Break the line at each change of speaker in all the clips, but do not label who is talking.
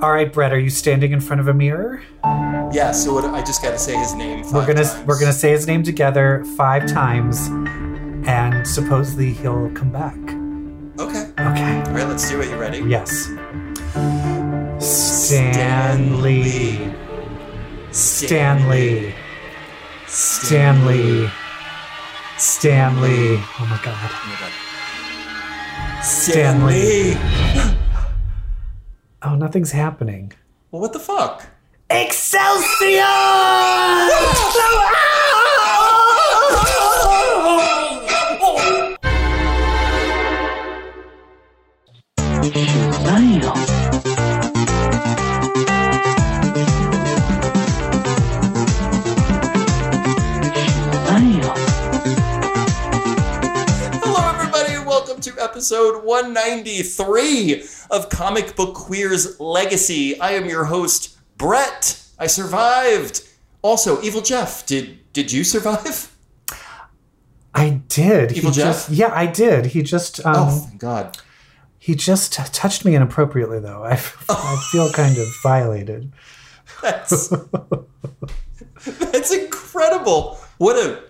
All right, Brett, are you standing in front of a mirror?
Yeah, so what, I just got to say his name. 5
we're gonna
times.
we're gonna say his name together five times, and supposedly he'll come back.
Okay.
Okay.
All right, let's do it. You ready?
Yes. Stanley. Stanley. Stanley. Stanley. Oh my god.
Oh my God.
Stanley.
Stanley.
Oh, nothing's happening.
Well, what the fuck?
Excelsior!
All Hello, everybody, and welcome to episode 193 of Comic Book Queer's Legacy. I am your host, Brett. I survived. Also, Evil Jeff, did did you survive?
I did.
Evil
he
Jeff?
just yeah, I did. He just um,
Oh, thank God.
he just t- touched me inappropriately though. I, f- I feel kind of violated.
That's that's incredible. What a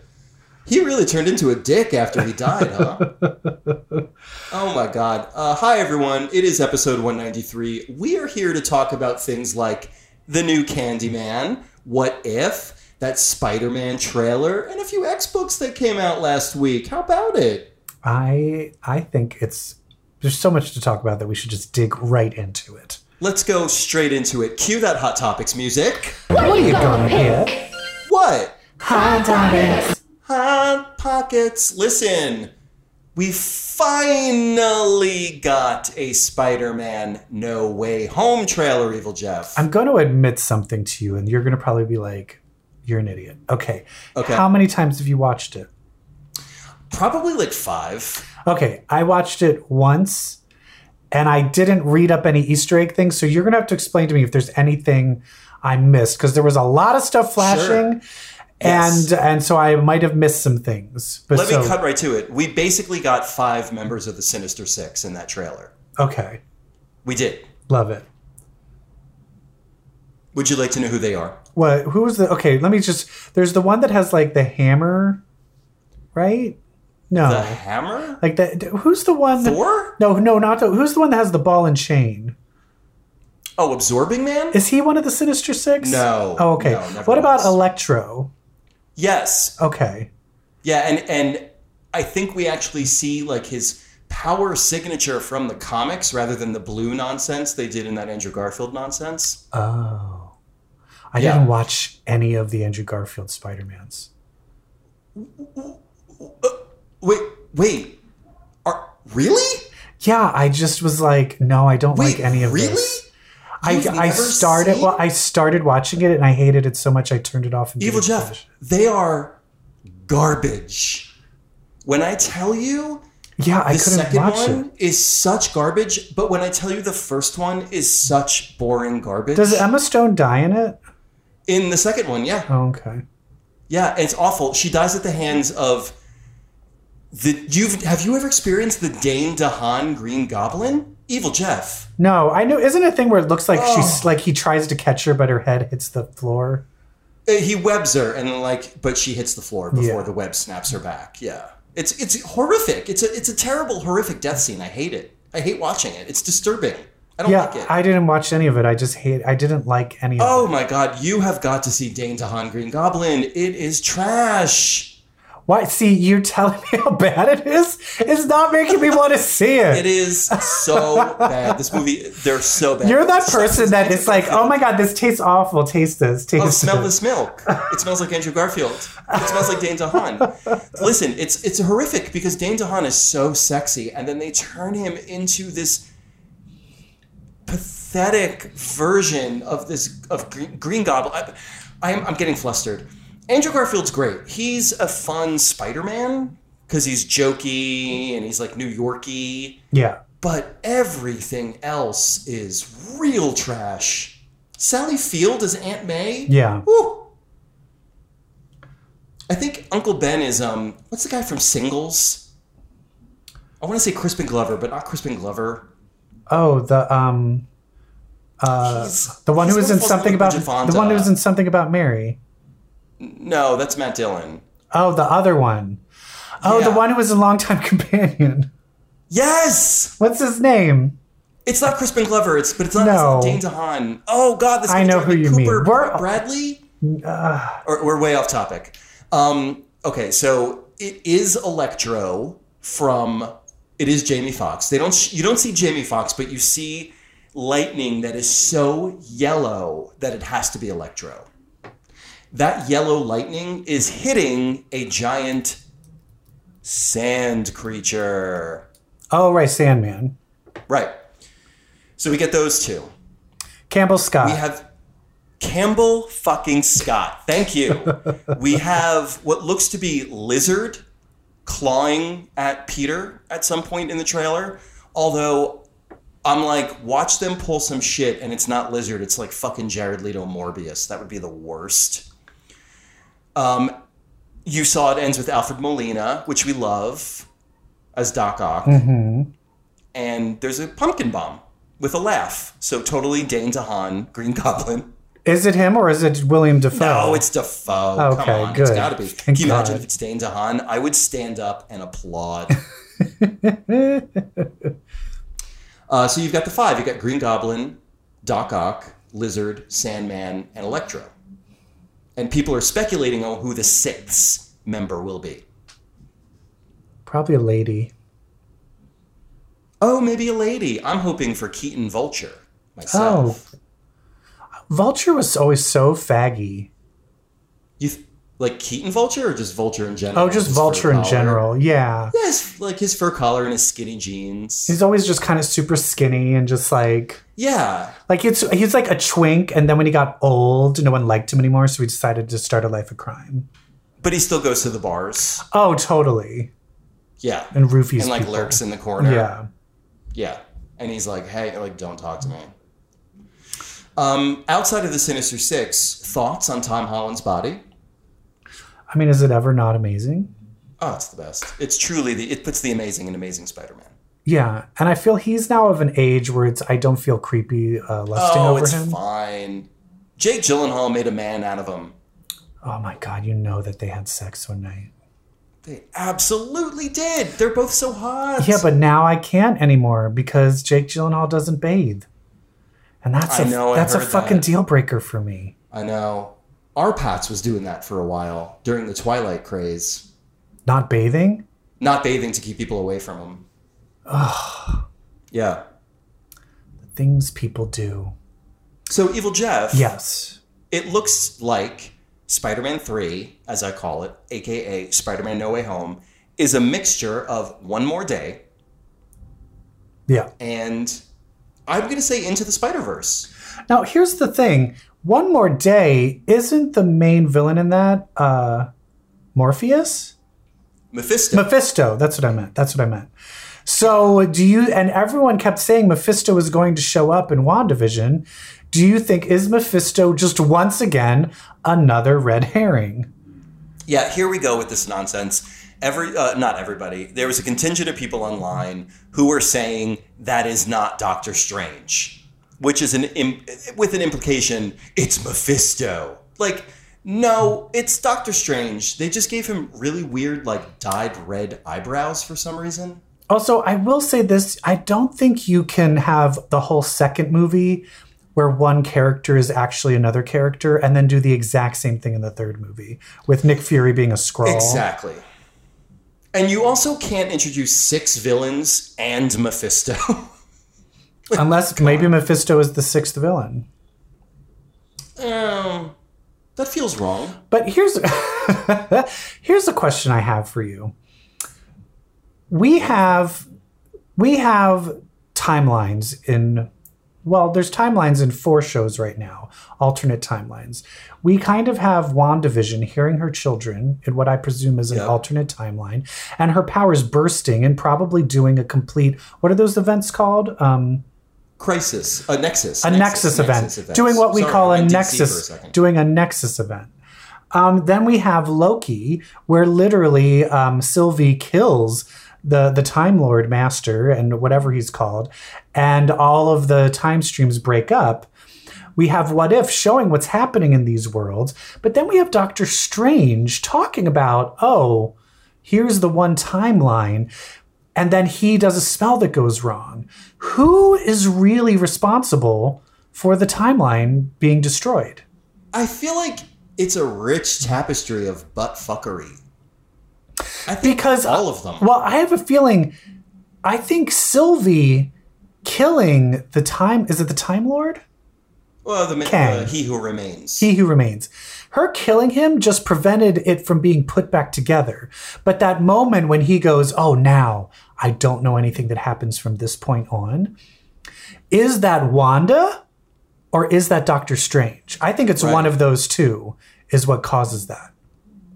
he really turned into a dick after he died, huh? oh my god. Uh, hi everyone. It is episode 193. We are here to talk about things like the new Candyman, What If, that Spider-Man trailer, and a few X books that came out last week. How about it?
I I think it's there's so much to talk about that we should just dig right into it.
Let's go straight into it. Cue that Hot Topics music.
What are you gonna hear?
What?
Hot topics.
Hot Pockets, listen. We finally got a Spider Man No Way Home trailer, Evil Jeff.
I'm going to admit something to you, and you're going to probably be like, "You're an idiot." Okay.
Okay.
How many times have you watched it?
Probably like five.
Okay, I watched it once, and I didn't read up any Easter egg things. So you're going to have to explain to me if there's anything I missed because there was a lot of stuff flashing,
Yes.
and and so I might have missed some things. But
Let
so
me cut right to it. We basically got five members of the Sinister Six in that trailer.
okay,
We did.
love it.
Would you like to know who they are?
What? Who was the? Okay, let me just. There's the one that has like the hammer, right? No,
The Hammer?
like that. Who's the one?
Thor?
No, no, not the. Who's the one that has the ball and chain?
Oh, Absorbing Man?
Is he one of the Sinister Six?
No.
Oh, okay.
No, never
what about
was.
Electro?
Yes.
Okay.
Yeah, and and I think we actually see like his power signature from the comics rather than the blue nonsense they did in that Andrew Garfield nonsense.
Oh. I
Yeah.
didn't watch any of the Andrew Garfield Spider-Mans.
Wait, wait. Are really?
Yeah, I just was like, no, I don't
Wait,
like any of
really?
this. I,
You've
I
never
started
seen-
well, I started watching it and I hated it so much I turned it off and
Evil
didn't
Jeff,
finish.
they are garbage. When I tell you
Yeah, I
the
couldn't
second
watch
one
it.
is such garbage, but when I tell you the first one is such boring garbage.
Does Emma Stone die in it?
in the second one, yeah.
Oh, okay.
Yeah, and it's awful. She dies at the hands of the you've have you ever experienced the Dane DeHaan Green Goblin? Evil Jeff.
No, I know isn't it a thing where it looks like she's
Oh.
like he tries to catch her but her head hits the floor?
Uh, He webs her and like but she hits the floor before
Yeah.
the web snaps her back. Yeah. It's it's horrific. It's a it's a terrible horrific death scene. I hate it. I hate watching it. It's disturbing. I don't
yeah,
like it.
I didn't watch any of it. I just hate I didn't like any of it.
oh my god, you have got to see Dane DeHaan Green Goblin. It is trash.
Why? See, you're telling me how bad it is. It's not making me want to see
It
it.
is so bad. This movie, they're so bad.
You're that
It's-
person that is like, oh my god, this tastes awful. Taste this. Taste
Oh,
this.
smell this milk. It smells like Andrew Garfield. It smells like Dane DeHaan. Listen, it's it's horrific because Dane DeHaan is so sexy, and then they turn him into this pathetic version of this of Green, Green Goblin. I, I'm I'm getting flustered. Andrew Garfield's great. He's a fun Spider-Man because he's jokey and he's like New Yorky,
Yeah.
but everything else is real trash. Sally Field is Aunt May.
Yeah.
Woo. I think Uncle Ben is um what's the guy from Singles? I want to say Crispin Glover, but not Crispin Glover.
Oh, the um, Uh,
He's-
the one who
he's
was in
gonna
something about
fuck with
the
Bridget
one who
Fonda.
was in something about Mary.
No, that's Matt Dillon.
Oh, the other one. Oh, the
Yeah.
one who was a longtime companion.
Yes,
What's his name?
it's not Crispin Glover. It's but it's not,
No.
it's not Dane DeHaan. Oh God, this.
I
guy's
know
driving
who you mean.
Cooper
We're-
Bradley.
Uh,
Or we're way off topic. Um, okay, so it is Electro from. It is Jamie Foxx. They don't. Sh- you don't see Jamie Foxx, but you see lightning that is so yellow that it has to be Electro. That yellow lightning is hitting a giant sand creature.
oh, right, Sandman.
Right. So we get those two.
Campbell Scott.
We have Campbell fucking Scott. Thank you. we have what looks to be Lizard clawing at Peter at some point in the trailer. Although I'm like, watch them pull some shit, and it's not Lizard. It's like fucking Jared Leto Morbius. That would be the worst. Um, you saw it ends with Alfred Molina, which we love as Doc Ock and there's a pumpkin bomb with a laugh. So totally Dane DeHaan, Green Goblin.
is it him or is it William Defoe?
No, it's Defoe.
Okay,
Come on, it's
good.
gotta be.
Thank
Can you imagine
God.
if it's Dane DeHaan? I would stand up and applaud.
Eh,
uh, so you've got the five. You've got Green Goblin, Doc Ock, Lizard, Sandman, and Electro. And people are speculating on who the sixth member will be.
probably a lady.
Oh, maybe a lady. I'm hoping for Keaton Vulture myself.
Oh. Vulture was always so faggy.
You th- like Keaton Vulture or just Vulture in general?
Oh, just
His fur
Vulture in
collar?
general. Yeah.
Yeah, his, like his fur collar and his skinny jeans.
He's always just kind of super skinny and just like
yeah,
like it's he's like a twink and then when he got old no one liked him anymore so he decided to start a life of crime.
but he still goes to the bars.
Oh, totally.
Yeah,
And roofies
and like
people.
lurks in the corner.
Yeah.
yeah, and he's like, "Hey, like, don't talk to me." Um, outside of the Sinister Six, thoughts on Tom Holland's body?
I mean, is it ever not amazing?
Oh, it's the best. It's truly the. It puts the amazing in Amazing Spider-Man.
Yeah, and I feel he's now of an age where it's I don't feel creepy uh, lusting
Oh,
over
it's
him.
fine. Jake Gyllenhaal made a man out of him.
Oh my god, you know that they had sex one night.
They absolutely did. They're both so hot.
Yeah, but now I can't anymore because Jake Gyllenhaal doesn't bathe, and that's
I
a
know, I
that's a
heard
fucking
that.
deal breaker for me.
I know. Our Pats was doing that for a while during the Twilight craze,
Not bathing.
not bathing to keep people away from him. Yeah.
Things people do.
So Evil Jeff.
Yes.
It looks like Spider-Man 3, as I call it, aka Spider-Man No Way Home, is a mixture of One More Day
Yeah.
and I'm going to say Into the Spider-Verse.
Now here's the thing. One more day isn't the main villain in that uh, Morpheus.
Mephisto.
Mephisto. That's what I meant. That's what I meant. So do you and everyone kept saying Mephisto was going to show up in WandaVision. Do you think is Mephisto just once again another red herring?
Yeah, here we go with this nonsense. Every uh, not everybody. There was a contingent of people online who were saying that is not Doctor Strange, which is an im- with an implication it's Mephisto. Like, no, it's Doctor Strange. They just gave him really weird, like dyed red eyebrows for some reason.
Also, I will say this, I don't think you can have the whole second movie where one character is actually another character and then do the exact same thing in the third movie with Nick Fury being a scroll.
Exactly. And you also can't introduce six villains and Mephisto.
Unless maybe Mephisto is the sixth villain.
um, that feels wrong.
But here's here's a question I have for you. We have we have timelines in well, there's timelines in four shows right now, alternate timelines. We kind of have WandaVision hearing her children in what I presume is an
Yep.
alternate timeline, and her powers bursting and probably doing a complete what are those events called? Um,
Crisis, a Nexus,
a nexus, event,
events.
doing what we
Sorry,
call
I
a
went DC for a
nexus,
second.
doing a nexus event. Um, then we have Loki, where literally um, Sylvie kills the the Time Lord Master and whatever he's called, and all of the time streams break up. We have What If showing what's happening in these worlds, but then we have Doctor Strange talking about, oh, here's the one timeline. And then he does a spell that goes wrong. Who is really responsible for the timeline being destroyed?
I feel like it's a rich tapestry of butt fuckery. I think
Because uh,
all of them.
Well, I have a feeling. I think Sylvie killing the time is it the Time Lord?
Well, the
Kang.
uh, he who remains.
He who remains. Her killing him just prevented it from being put back together. But that moment when he goes, "Oh, now I don't know anything that happens from this point on," is that Wanda or is that Doctor Strange? I think it's
Right.
one of those two is what causes that.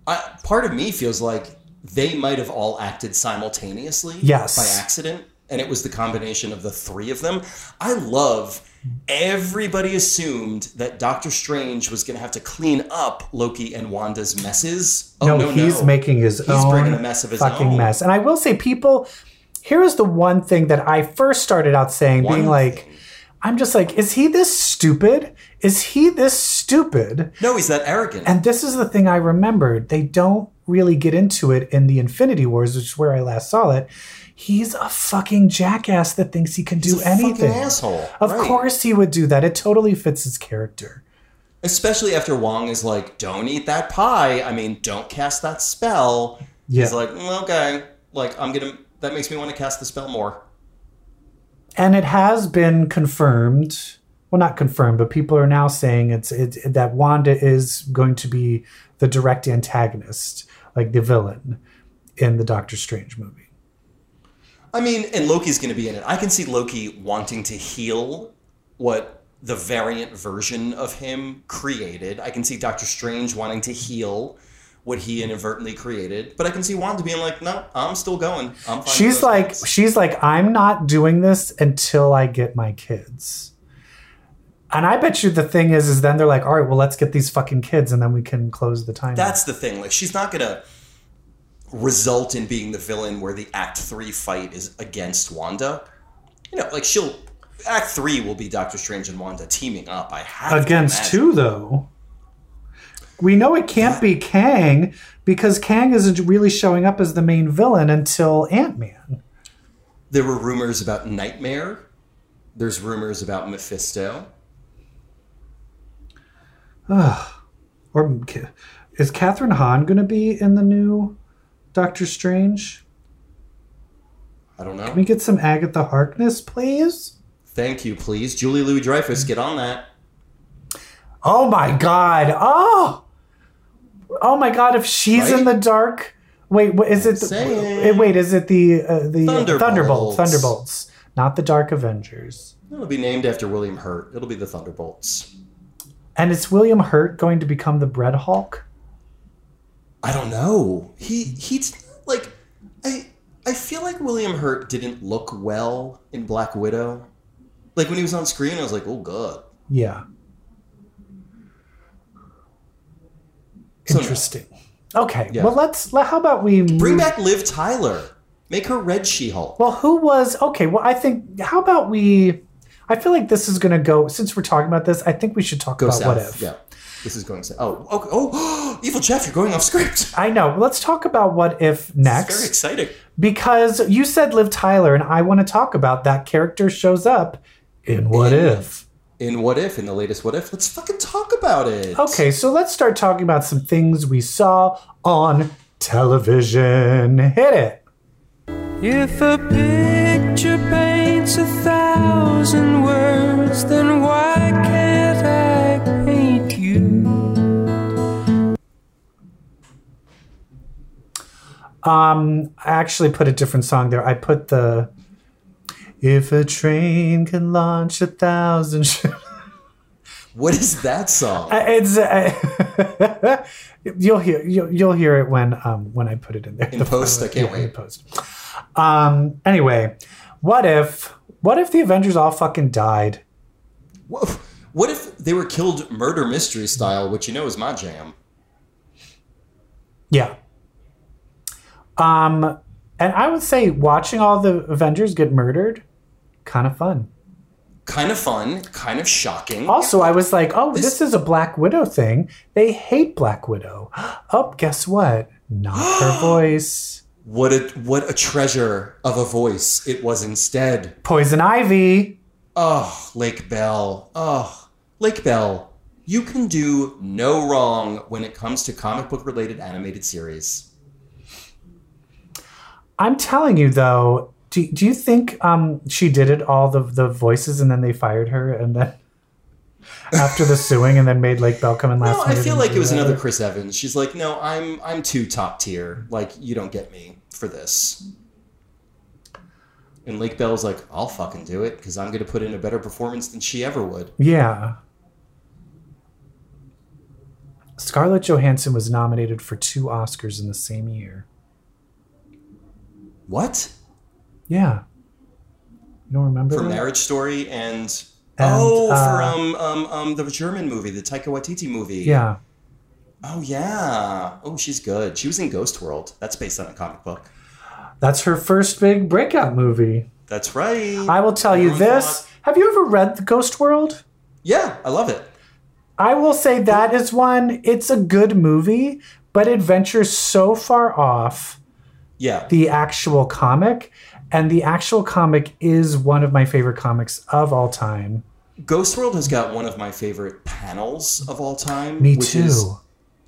I, part of me feels like they might have all acted simultaneously
Yes.
by accident and it was the combination of the three of them i love everybody assumed that doctor strange was going to have to clean up loki and wanda's messes oh no,
no, he's making his own
bringing a mess of his
fucking
own.
mess. And I will say, people, here is the one thing that I first started out saying,
One
being like,
thing.
I'm just like, is he this stupid? Is he this stupid?
no he's that arrogant
And this is the thing I remembered. They don't really get into it in the Infinity Wars, which is where I last saw it. He's a fucking jackass that thinks he can do
He's a fucking
anything.
asshole
Of
Right.
course he would do that. It totally fits his character.
especially after wong is like don't eat that pie i mean don't cast that spell
Yeah.
he's like "Mm, okay like i'm gonna that makes me want to cast the spell more
and it has been confirmed well not confirmed but people are now saying it's it, that wanda is going to be the direct antagonist like the villain in the doctor strange movie
I mean, and Loki's going to be in it. I can see Loki wanting to heal what the variant version of him created. I can see Doctor Strange wanting to heal what he inadvertently created. But I can see Wanda being like, no, I'm still going. I'm fine. with
she's
those
like
guys."
she's like i'm not doing this until i get my kids and i bet you the thing is is then they're like all right well let's get these fucking kids and then we can close the time
that's the thing. Like, she's not going to result in being the villain where the Act 3 fight is against Wanda. You know, like, she'll. Act 3 will be Doctor Strange and Wanda teaming up. I have to
against
imagine.
two though we know it can't be kang because kang isn't really showing up as the main villain until ant-man
There were rumors about Nightmare. There's rumors about Mephisto.
or K- is catherine hahn going to be in the new doctor strange
I don't
can we
know.
get some agatha harkness please
Thank you, please. Julie Louis Dreyfus, get on that.
oh my god oh oh my god if she's in the
Right?
dark wait what is it the,
Saying.
wait is it the uh, the
Thunderbolts.
thunderbolts thunderbolts not the dark avengers
It'll be named after William Hurt. It'll be the Thunderbolts.
And is William Hurt going to become the Bread Hulk?
I don't know. He he's like I I feel like William Hurt didn't look well in Black Widow. Like when he was on screen, I was like, oh god.
Yeah.
So-
Interesting. Okay.
Yeah.
Well, let's. Let, how about we
Bring
move-
back Liv Tyler. Make her Red She-Hulk.
Well, who was okay? Well, I think. How about we? I feel like this is going to go. Since we're talking about this, I think we should talk
Go
about
south.
what if.
Yeah. This is going south. Oh, oh, oh, Evil Jeff, you're going off script.
I know. Let's talk about what if
Very
next
exciting.
because you said Liv Tyler, and I want to talk about that character shows up in What
In-
If.
in What If, in the latest What If. Let's fucking talk about it.
Okay, so let's start talking about some things we saw on television. Hit it.
If a picture paints a thousand words, then why can't I paint you?
Um, I actually put a different song there. I put the If a train can launch a thousand sh-
What is that song?
It's uh, you'll hear you'll, you'll hear it when um when I put it in there.
In post, I can't
Yeah, in
wait.
post. Um anyway, what if what if the Avengers all fucking died?
Wha- What if they were killed murder mystery style, which you know is my jam?
Yeah. Um, and I would say watching all the Avengers get murdered kind of fun.
Kind of fun, kind of shocking.
Also, I was like, oh, this,
This-
is a Black Widow thing. They hate Black Widow. Oh, guess what? Not her voice.
What a what a treasure of a voice it was instead.
Poison Ivy.
Oh, Lake Bell. Oh, Lake Bell. You can do no wrong when it comes to comic book related animated series.
I'm telling you, though, do, do you think um, she did it all the, the voices and then they fired her and then after the suing and then made Lake Bell come in last
No, I
minute
feel
and
like
do
it was
that?
another Chris Evans. She's like, no, I'm I'm too top tier. Like you don't get me for this. And Lake Bell's like, I'll fucking do it because I'm gonna put in a better performance than she ever would.
Yeah. Scarlett Johansson was nominated for two Oscars in the same year.
What?
Yeah. You don't remember?
For
that?
Marriage Story and,
And,
oh, for
uh,
um um um the German movie, the Taika Waititi movie.
Yeah.
Oh yeah. Oh, she's good. She was in Ghost World. That's based on a comic book.
That's her first big breakout movie.
That's right.
I will tell you
Everyone
this.
thought-
Have you ever read The Ghost World?
Yeah, I love it.
I will say that is one, it's a good movie, but it ventures so far off
Yeah.
the actual comic. And the actual comic is one of my favorite comics of all time.
Ghost World has got one of my favorite panels of all time.
Me
which
too.
Is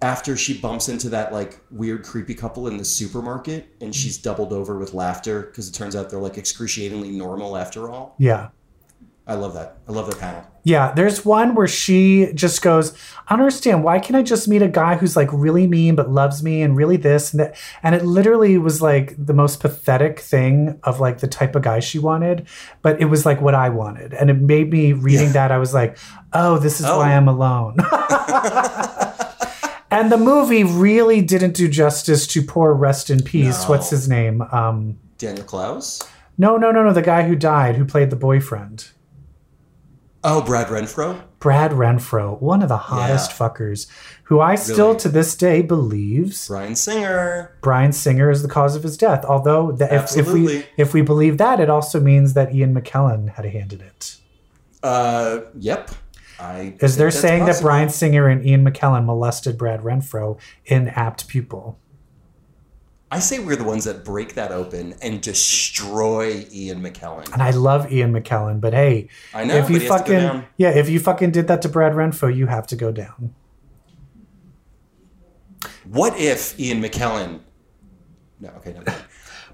after she bumps into that like weird creepy couple in the supermarket and she's doubled over with laughter because it turns out they're like excruciatingly normal after all.
yeah.
I love that. I love that panel.
Yeah, there's one where she just goes, I don't understand. Why can't I just meet a guy who's like really mean but loves me and really this and that? And it literally was like the most pathetic thing of like the type of guy she wanted, but it was like what I wanted. And it made me reading
Yeah.
that, I was like, oh, this is
Oh.
why I'm alone. and the movie really didn't do justice to poor rest in peace.
No.
What's his name? Um,
Daniel Klaus.
no, no, no, no. The guy who died, who played the boyfriend.
Oh, Brad Renfro.
Brad Renfro, one of the hottest
Yeah.
fuckers, who I still
Really.
to this day believes
Brian Singer.
Brian Singer is the cause of his death. Although the, if, if we
Absolutely.
if we believe that, it also means that Ian McKellen had a hand in it.
Uh, yep. I
Is
think
they're
that's
saying that
possible.
Brian Singer and Ian McKellen molested Brad Renfro in apt pupil.
I say we're the ones that break that open and destroy Ian McKellen.
And I love Ian McKellen, but hey,
I know,
if you
but he has to go
fucking
down.
yeah, if you fucking did that to Brad Renfro, you have to go down.
What if Ian McKellen? No, okay, no. Let's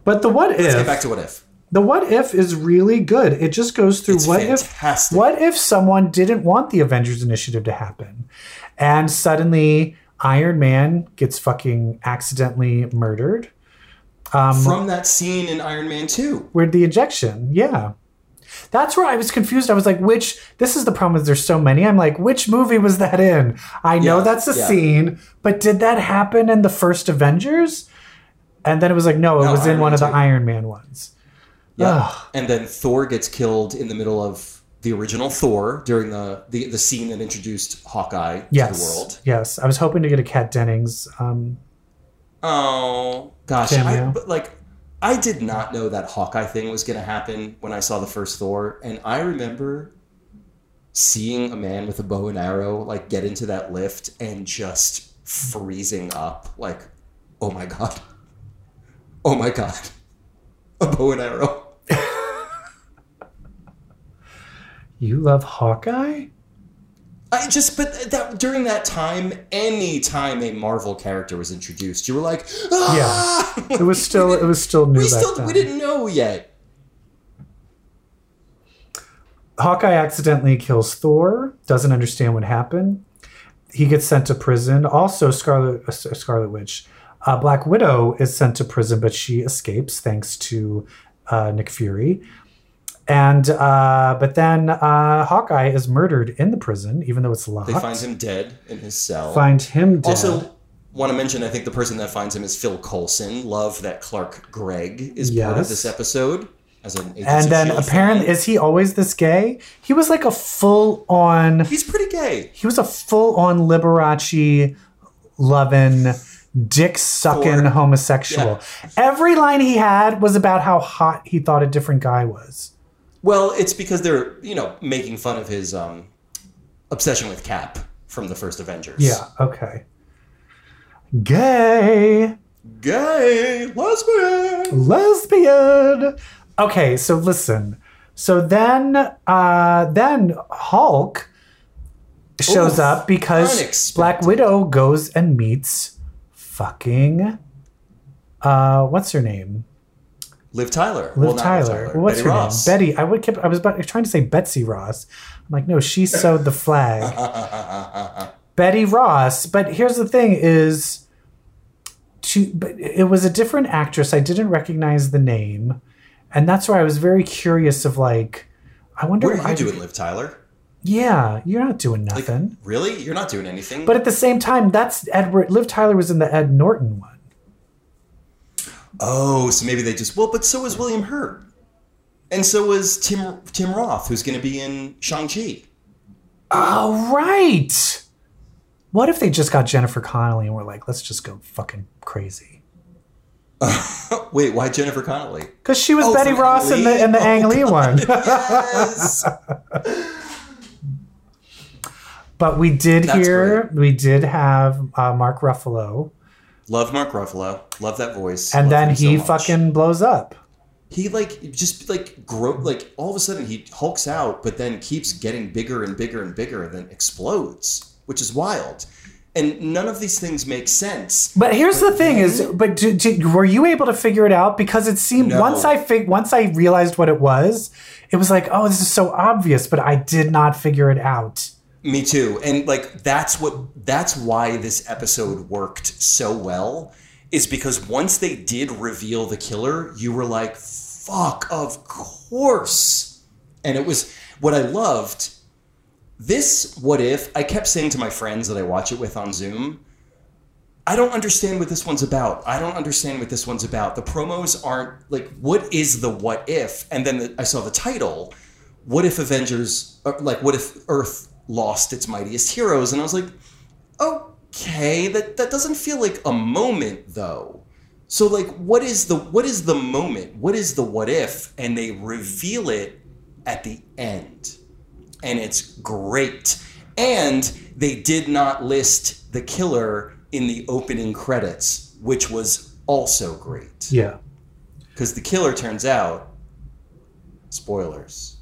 But the what if
get back to what if.
the what if is really good. It just goes through
It's
what
fantastic.
if what if someone didn't want the Avengers initiative to happen and suddenly Iron Man gets fucking accidentally murdered Um,
From that scene in Iron Man 2.
with the injection. Yeah. That's where I was confused. I was like, which this is the problem is there's so many. I'm like, which movie was that in? I know
Yeah,
that's a
yeah.
scene, but did that happen in the first Avengers? And then it was like, no, it
No,
was in
Iron
one
Man
of the
two.
Iron Man ones.
Yeah.
Ugh.
and then Thor gets killed in the middle of the original Thor during the the, the scene that introduced Hawkeye
Yes.
to the world.
Yes. I was hoping to get a Kat Dennings um,
Oh gosh,
Cameo.
I, but like I did not know that Hawkeye thing was going to happen when I saw the first Thor, and I remember seeing a man with a bow and arrow like get into that lift and just freezing up, like, oh my god, oh my god, a bow and arrow.
You love Hawkeye?
I just, but that during that time, any time a Marvel character was introduced, you were like, ah!
It was still it was still new
we
back
still
then.
we didn't know yet.
Hawkeye accidentally kills Thor, doesn't understand what happened. He gets sent to prison. Also Scarlet uh, Scarlet Witch, uh, Black Widow is sent to prison but she escapes thanks to uh, Nick Fury. And uh, but then uh, Hawkeye is murdered in the prison even though it's locked.
They find him dead in his cell.
Find him dead.
Also, want to mention, I think the person that finds him is Phil Coulson. Love that Clark Gregg is part
Yes.
of this episode as an Agents
and
of
then
S.H.I.E.L.D.
apparently
fan.
is he always this gay? He was like a full on
he's pretty gay.
he was a full on Liberace loving, dick sucking
Thor.
homosexual. Every line he had was about how hot he thought a different guy was.
Well, it's because they're you know making fun of his um, obsession with Cap from the first Avengers.
Yeah. Okay. Gay.
gay lesbian.
lesbian. Okay, so listen. So then, uh, then Hulk shows
Oof,
up because
unexpected.
Black Widow goes and meets fucking uh, what's her name?
Liv Tyler.
Liv
Well, not
Tyler. What's
Betty
her
Ross.
name? Betty. I would kept. I was about, trying to say Betsy Ross. I'm like, no, she sewed the flag. Betty Ross. But here's the thing: is she? But it was a different actress. I didn't recognize the name, and that's where I was very curious. Of like, I wonder.
What
if
are
I-
you doing, Liv Tyler?
Yeah, you're not doing
Like,
nothing.
really? You're not doing anything.
but at the same time, that's Edward. Liv Tyler was in the Ed Norton one.
oh, so maybe they just well, but so was William Hurt, and so was Tim Tim Roth, who's going to be in Shang Chi.
Oh right. What if they just got Jennifer Connelly and were like, let's just go fucking crazy?
Wait, why Jennifer Connelly?
Because she was
Oh,
Betty
from
Ross in
Ang
the in the
Lee?
Ang
Oh,
Lee one.
Yes.
But we did
That's
hear we did have uh, Mark Ruffalo,
Love Mark Ruffalo. Love that voice.
and
Love
then
him so
he
much.
fucking blows up.
he like just like grow like all of a sudden he hulks out but then keeps getting bigger and bigger and bigger and then explodes which is wild and none of these things make sense
But here's the thing: is but d d were you able to figure it out? Because it seemed
No.
once I fig- once I realized what it was, it was like, oh, this is so obvious, but I did not figure it out.
me too and like that's what that's why this episode worked so well is because once they did reveal the killer you were like fuck of course and it was what i loved this what if i kept saying to my friends that i watch it with on zoom I don't understand what this one's about. I don't understand what this one's about. The promos aren't like, what is the what if? And then the, I saw the title, What If Avengers, or, like, what if Earth lost its mightiest heroes? And I was like, okay, that, that doesn't feel like a moment though. So like what is the what is the moment? What is the what if? And they reveal it at the end. And it's great. And they did not list the killer in the opening credits, which was also great.
Yeah.
Because the killer turns out, spoilers,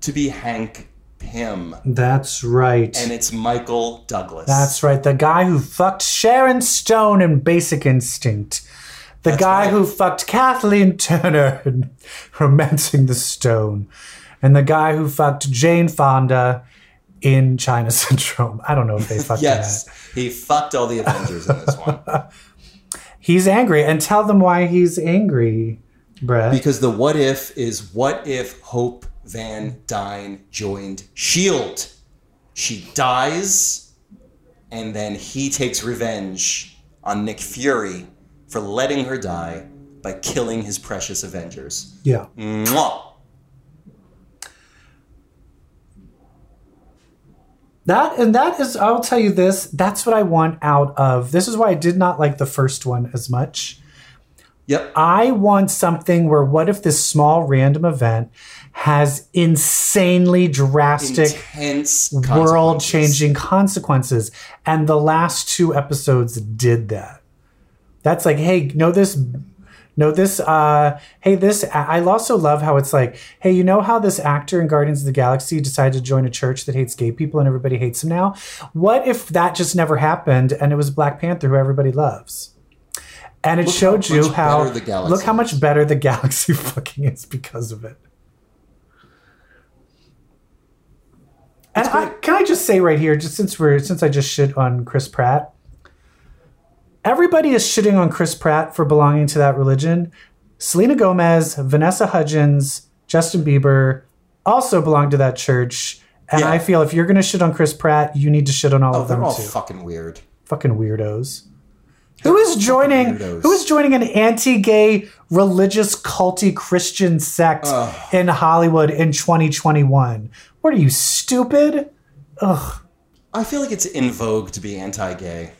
to be Hank Pym.
That's right.
And it's Michael Douglas.
That's right. The guy who fucked Sharon Stone in Basic Instinct. The guy
right.
who fucked Kathleen Turner in Romancing the Stone. And the guy who fucked Jane Fonda in China Syndrome. I don't know if they fucked
Yes,
that.
he fucked all the Avengers in this one
He's angry. And tell them why he's angry, Brett.
because the what if is what if Hope Van Dyne joined Shield? E She dies, and then he takes revenge on Nick Fury for letting her die by killing his precious Avengers.
yeah.
Mwah.
That and that is I'll tell you this, that's what I want out of. This is why I did not like the first one as much.
Yep.
I want something where what if this small random event has insanely drastic
Intense,
world
consequences.
changing consequences. And the last two episodes did that. That's like, hey, know this know this uh hey this I I also love how it's like, hey, you know how this actor in Guardians of the Galaxy decided to join a church that hates gay people and everybody hates him now? What if that just never happened and it was Black Panther who everybody loves? And it
Look how
showed you
much
how
better the galaxy
look how
is.
much better the galaxy fucking is because of it. And I, can I just say right here, just since we're since I just shit on Chris Pratt, everybody is shitting on Chris Pratt for belonging to that religion. Selena Gomez, Vanessa Hudgens, Justin Bieber also belong to that church. And
Yeah.
I feel if you're gonna shit on Chris Pratt, you need to shit on all
Oh,
of
they're
them
all
too.
fucking weird.
Fucking weirdos. Who is joining?
weirdos.
Who is joining an anti-gay, religious, culty Christian sect
Ugh.
in Hollywood in 2021? What are you stupid?
I feel like it's in vogue to be anti-gay.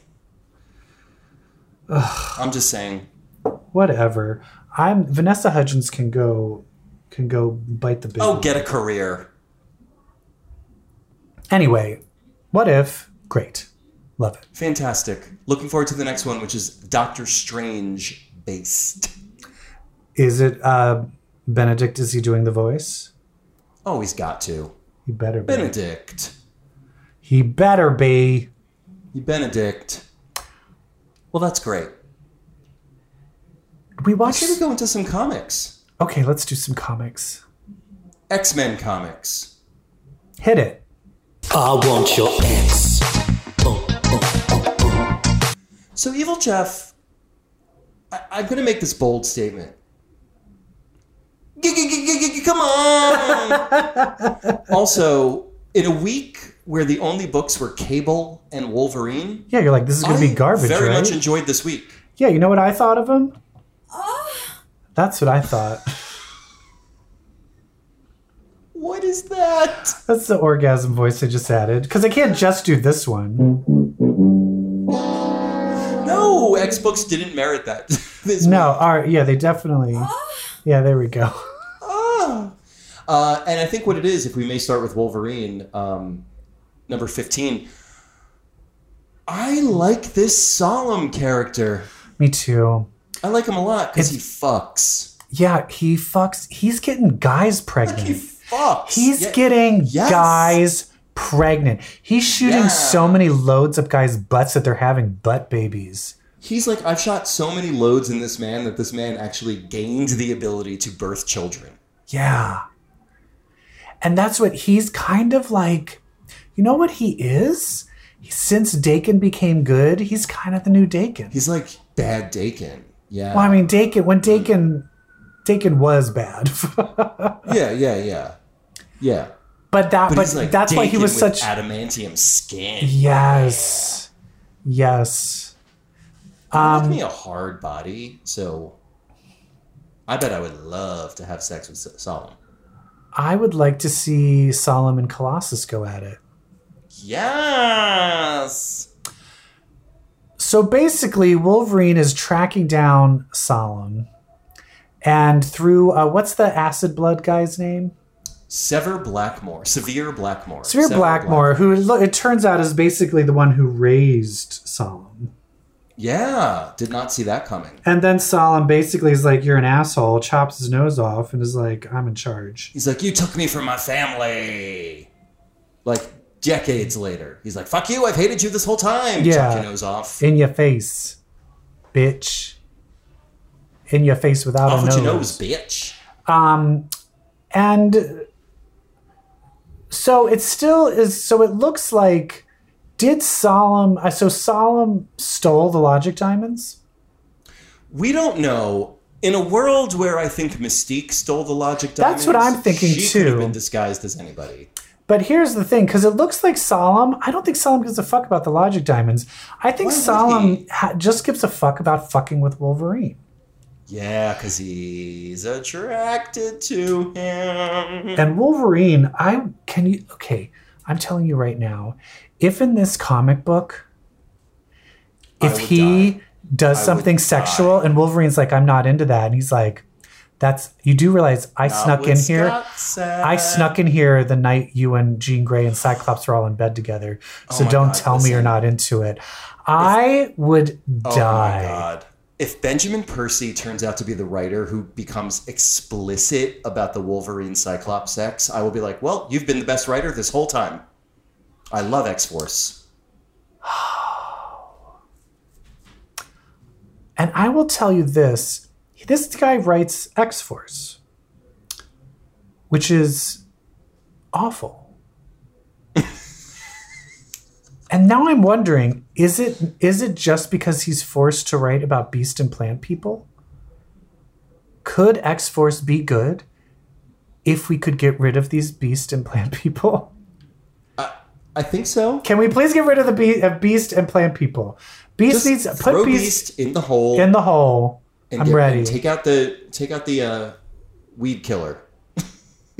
I'm just saying.
Whatever. I'm Vanessa Hudgens can go can go bite the big.
Oh, get a career.
Anyway, what if? Great. Love it.
Fantastic. Looking forward to the next one, which is Doctor Strange based.
Is it uh, Benedict? Is he doing the voice?
Oh, he's got to.
He better be.
Benedict.
He better be.
You Benedict. Well, that's great.
We
Why
watched.
should we go into some comics?
Okay, let's do some comics.
X Men comics.
Hit it.
I want your ex. Oh, oh, oh, oh.
So, Evil Jeff, I- I'm going to make this bold statement. G-g-g-g-g-g- Come on! also, in a week where the only books were Cable and Wolverine,
Yeah, you're like this is gonna be
I
garbage,
very
right?
much enjoyed this week.
yeah, you know what I thought of him?
Ah.
That's what I thought.
What is that?
That's the orgasm voice I just added because I can't just do this one.
No, X Books didn't merit that. this
No, all right, yeah, they definitely. Yeah, there we go.
Ah. Uh, and I think what it is, if we may start with Wolverine, um, number 15. I like this solemn character.
Me too.
I like him a lot because he fucks.
Yeah, he fucks. He's getting guys
He
pregnant.
fucks.
He's
Yeah.
getting
Yes.
guys pregnant. He's shooting
Yeah.
so many loads of guys' butts that they're having butt babies.
He's like, I've shot so many loads in this man that this man actually gained the ability to birth children.
Yeah. And that's what he's kind of like. You know what he is? Since Dakin became good, he's kind of the new Dakin.
He's like bad Dakin. Yeah.
Well, I mean, Dakin, when Dakin, Dakin was bad. but
yeah, yeah, yeah. Yeah.
that,
But,
but,
he's like
that's why he
Dakin
was
with
such.
adamantium skin.
yes. Yes. Um,
Give me a hard body, so I bet I would love to have sex with Sol- Solomon.
I would like to see Solomon Colossus go at it.
Yes.
So basically, Wolverine is tracking down Solemn, and through uh, what's the acid blood guy's name?
Sever Blackmore, severe Blackmore,
Severe
Sever
Blackmore, who lo- it turns out is basically the one who raised Solemn.
Yeah, did not see that coming.
And then Solemn basically is like, "You're an asshole," chops his nose off, and is like, "I'm in charge."
He's like, you took me from my family. Like decades later, he's like, fuck you, I've hated you this whole time.
Yeah.
Chuck your nose off.
In your face, bitch. In your face without
off
a
with
nose.
your nose, bitch.
Um, and so it still is. So it looks like did Solemn? uh, So Solemn stole the logic diamonds.
We don't know. In a world where I think Mystique stole the logic diamonds,
That's what I'm thinking,
she Could have
too.
been disguised as anybody.
But here's the thing, because it looks like Solemn. I don't think Solemn gives a fuck about the logic diamonds. I think
Why would
Solemn
he?
ha- just gives a fuck about fucking with Wolverine.
Yeah, because he's attracted to him.
And Wolverine, I can you okay, I'm telling you right now, if in this comic book
I
if
would
he
die.
does
I would
something sexual and Wolverine's like I'm not into that and he's like that's you do realize I snuck in here. I snuck in here the night you and Jean Grey and Cyclops were all in bed together. So
Oh my
don't
God,
tell me you're
listen.
not into it. I would
Oh my
die.
god. If Benjamin Percy turns out to be the writer who becomes explicit about the Wolverine Cyclops sex, I will be like, well, you've been the best writer this whole time. I love X Force.
And I will tell you this this guy writes X Force, which is awful. and now I'm wondering is it is it just because he's forced to write about beast and plant people? Could X Force be good if we could get rid of these beast and plant people?
I think so.
Can we please get rid of the be- of beast and plant people? Beast
Just
needs
throw
put beast,
Beast in the hole
in the hole.
and,
I'm
get,
ready.
and take out the take out the uh, weed killer.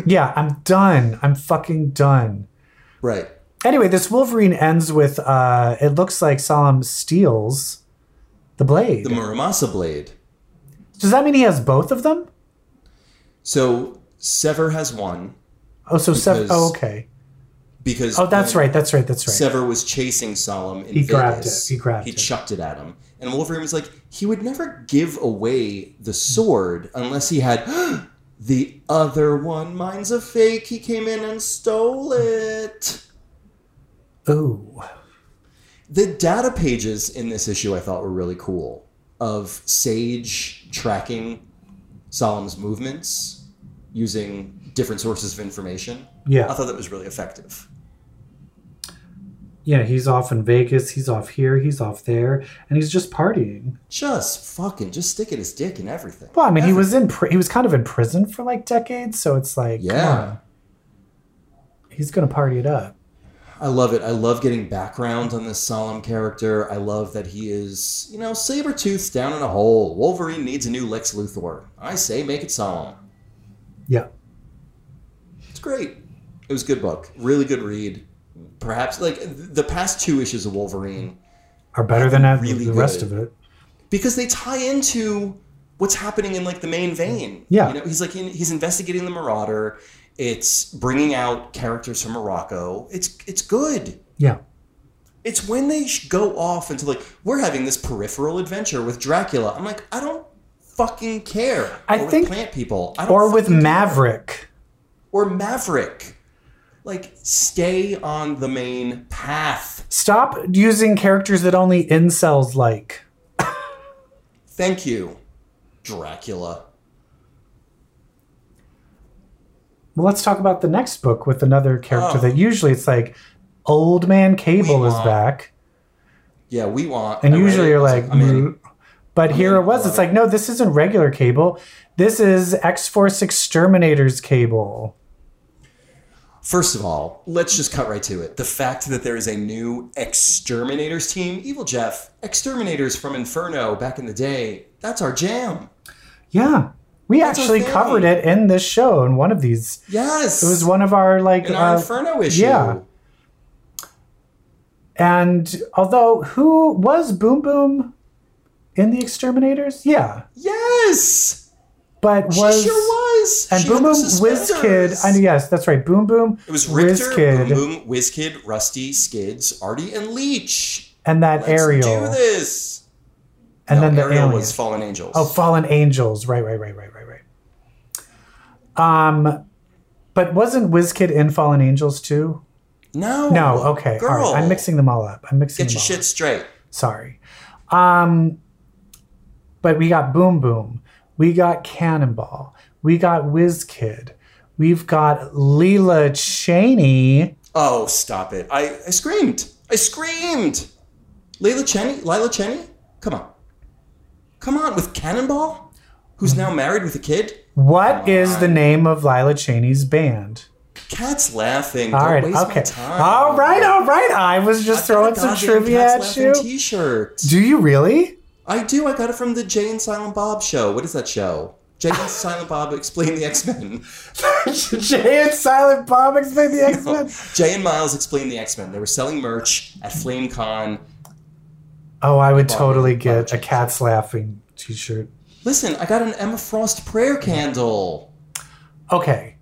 Yeah, I'm done. I'm fucking done.
Right.
Anyway, this Wolverine ends with uh it looks like Solemn steals the blade.
The Muramasa blade.
Does that mean he has both of them?
So Sever has won
Oh, so seven.
Because-
Oh, okay.
because
Oh, that's
when
right. That's right. That's right.
Sever was chasing Solemn in
He
Vegas.
grabbed it, he grabbed it.
chucked it at him, and Wolverine was like, he would never give away the sword unless he had the other one. Mine's a fake. He came in and stole it.
Oh,
The data pages in this issue I thought were really cool of Sage tracking Solemn's movements using different sources of information. I
yeah.
thought that was really effective.
Yeah, he's off in Vegas. He's off here. He's off there. And he's just partying.
Just fucking just sticking his dick in everything.
Well, I mean, he was in pri- he was kind of in prison for like decades, so it's like, come
Yeah.
on, he's gonna party it up.
I love it. I love getting background on this solemn character. I love that he is, you know, Sabretooth's down in a hole. Wolverine needs a new Lex Luthor. I say make it solemn.
Yeah,
It's great. It was a good book. Really good read. Perhaps like th- the past two issues of Wolverine
are better than that-
Really
the rest
good.
of it.
because they tie into what's happening in like the main vein.
Yeah.
you know, he's like in, he's investigating the Marauder. It's bringing out characters from Morocco. It's it's good.
Yeah,
It's when they sh- go off into like we're having this peripheral adventure with Dracula. I'm like, I don't fucking care.
I
or
think-
with plant people. I don't
or with
fucking care.
Maverick.
or Maverick. Like, stay on the main path.
Stop using characters that only incels like.
Thank you, Dracula.
Well, let's talk about the next book with another character
Oh.
that usually it's like, old man Cable
We
is
want-
back.
Yeah, we want.
And
I read
usually
it,
you're
I was
like,
I mean,
"Mm." but here it
in
was.
for
It's
it.
like, no, this isn't regular cable. This is X Force Exterminators cable.
first of all, let's just cut right to it. The fact that there is a new exterminators team, Evil Jeff, exterminators from Inferno back in the day. That's our jam.
Yeah. We
That's our
actually
thing.
covered it in this show in one of these.
Yes,
It was one of our, like,
in
uh,
our Inferno issue.
yeah. and although who was Boom Boom in the Exterminators? Yeah.
Yes,
But was.
she sure was.
And
She
Boom
had the
Boom WizKid. I
suspenders.
know, yes, that's right. Boom Boom.
It was Richter,
WizKid.
Boom Boom, Wizkid, Rusty, Skids, Artie, and Leech.
And that
Let's
Ariel.
do this.
And
No,
then the
Ariel
alien.
was Fallen Angels.
Oh, fallen angels. Right, right, right, right, right, right. Um, but wasn't WizKid in Fallen Angels too?
no,
No. Okay.
girl.
All right. I'm mixing them all up. I'm mixing
Get
them
your
all
shit
up.
straight.
Sorry. Um, but we got Boom Boom. We got Cannonball. We got WizKid. We've got Leela Cheney.
Oh, stop it! I, I screamed. I screamed. Layla Cheney, Lila Cheney, come on, come on with Cannonball,
Hmm.
who's now married with a kid.
What is the name of Lila Cheney's band?
Cat's laughing.
All
Don't
right.
waste my
Okay.
time.
All right. All right. I was just
I've got a
throwing some
goddamn
trivia
Cat's
at
Laughing
you.
T-shirt.
Do you really?
I do. I got it from the Jay and Silent Bob show. What is that show? Jay and Silent Bob explain the X Men.
Jay and Silent Bob explain the X Men.
Jay and Miles explain the X Men. They were selling merch at FlameCon.
Oh, I would totally
Bob
get a
James.
cat's laughing T-shirt.
Listen, I got an Emma Frost prayer candle.
Okay,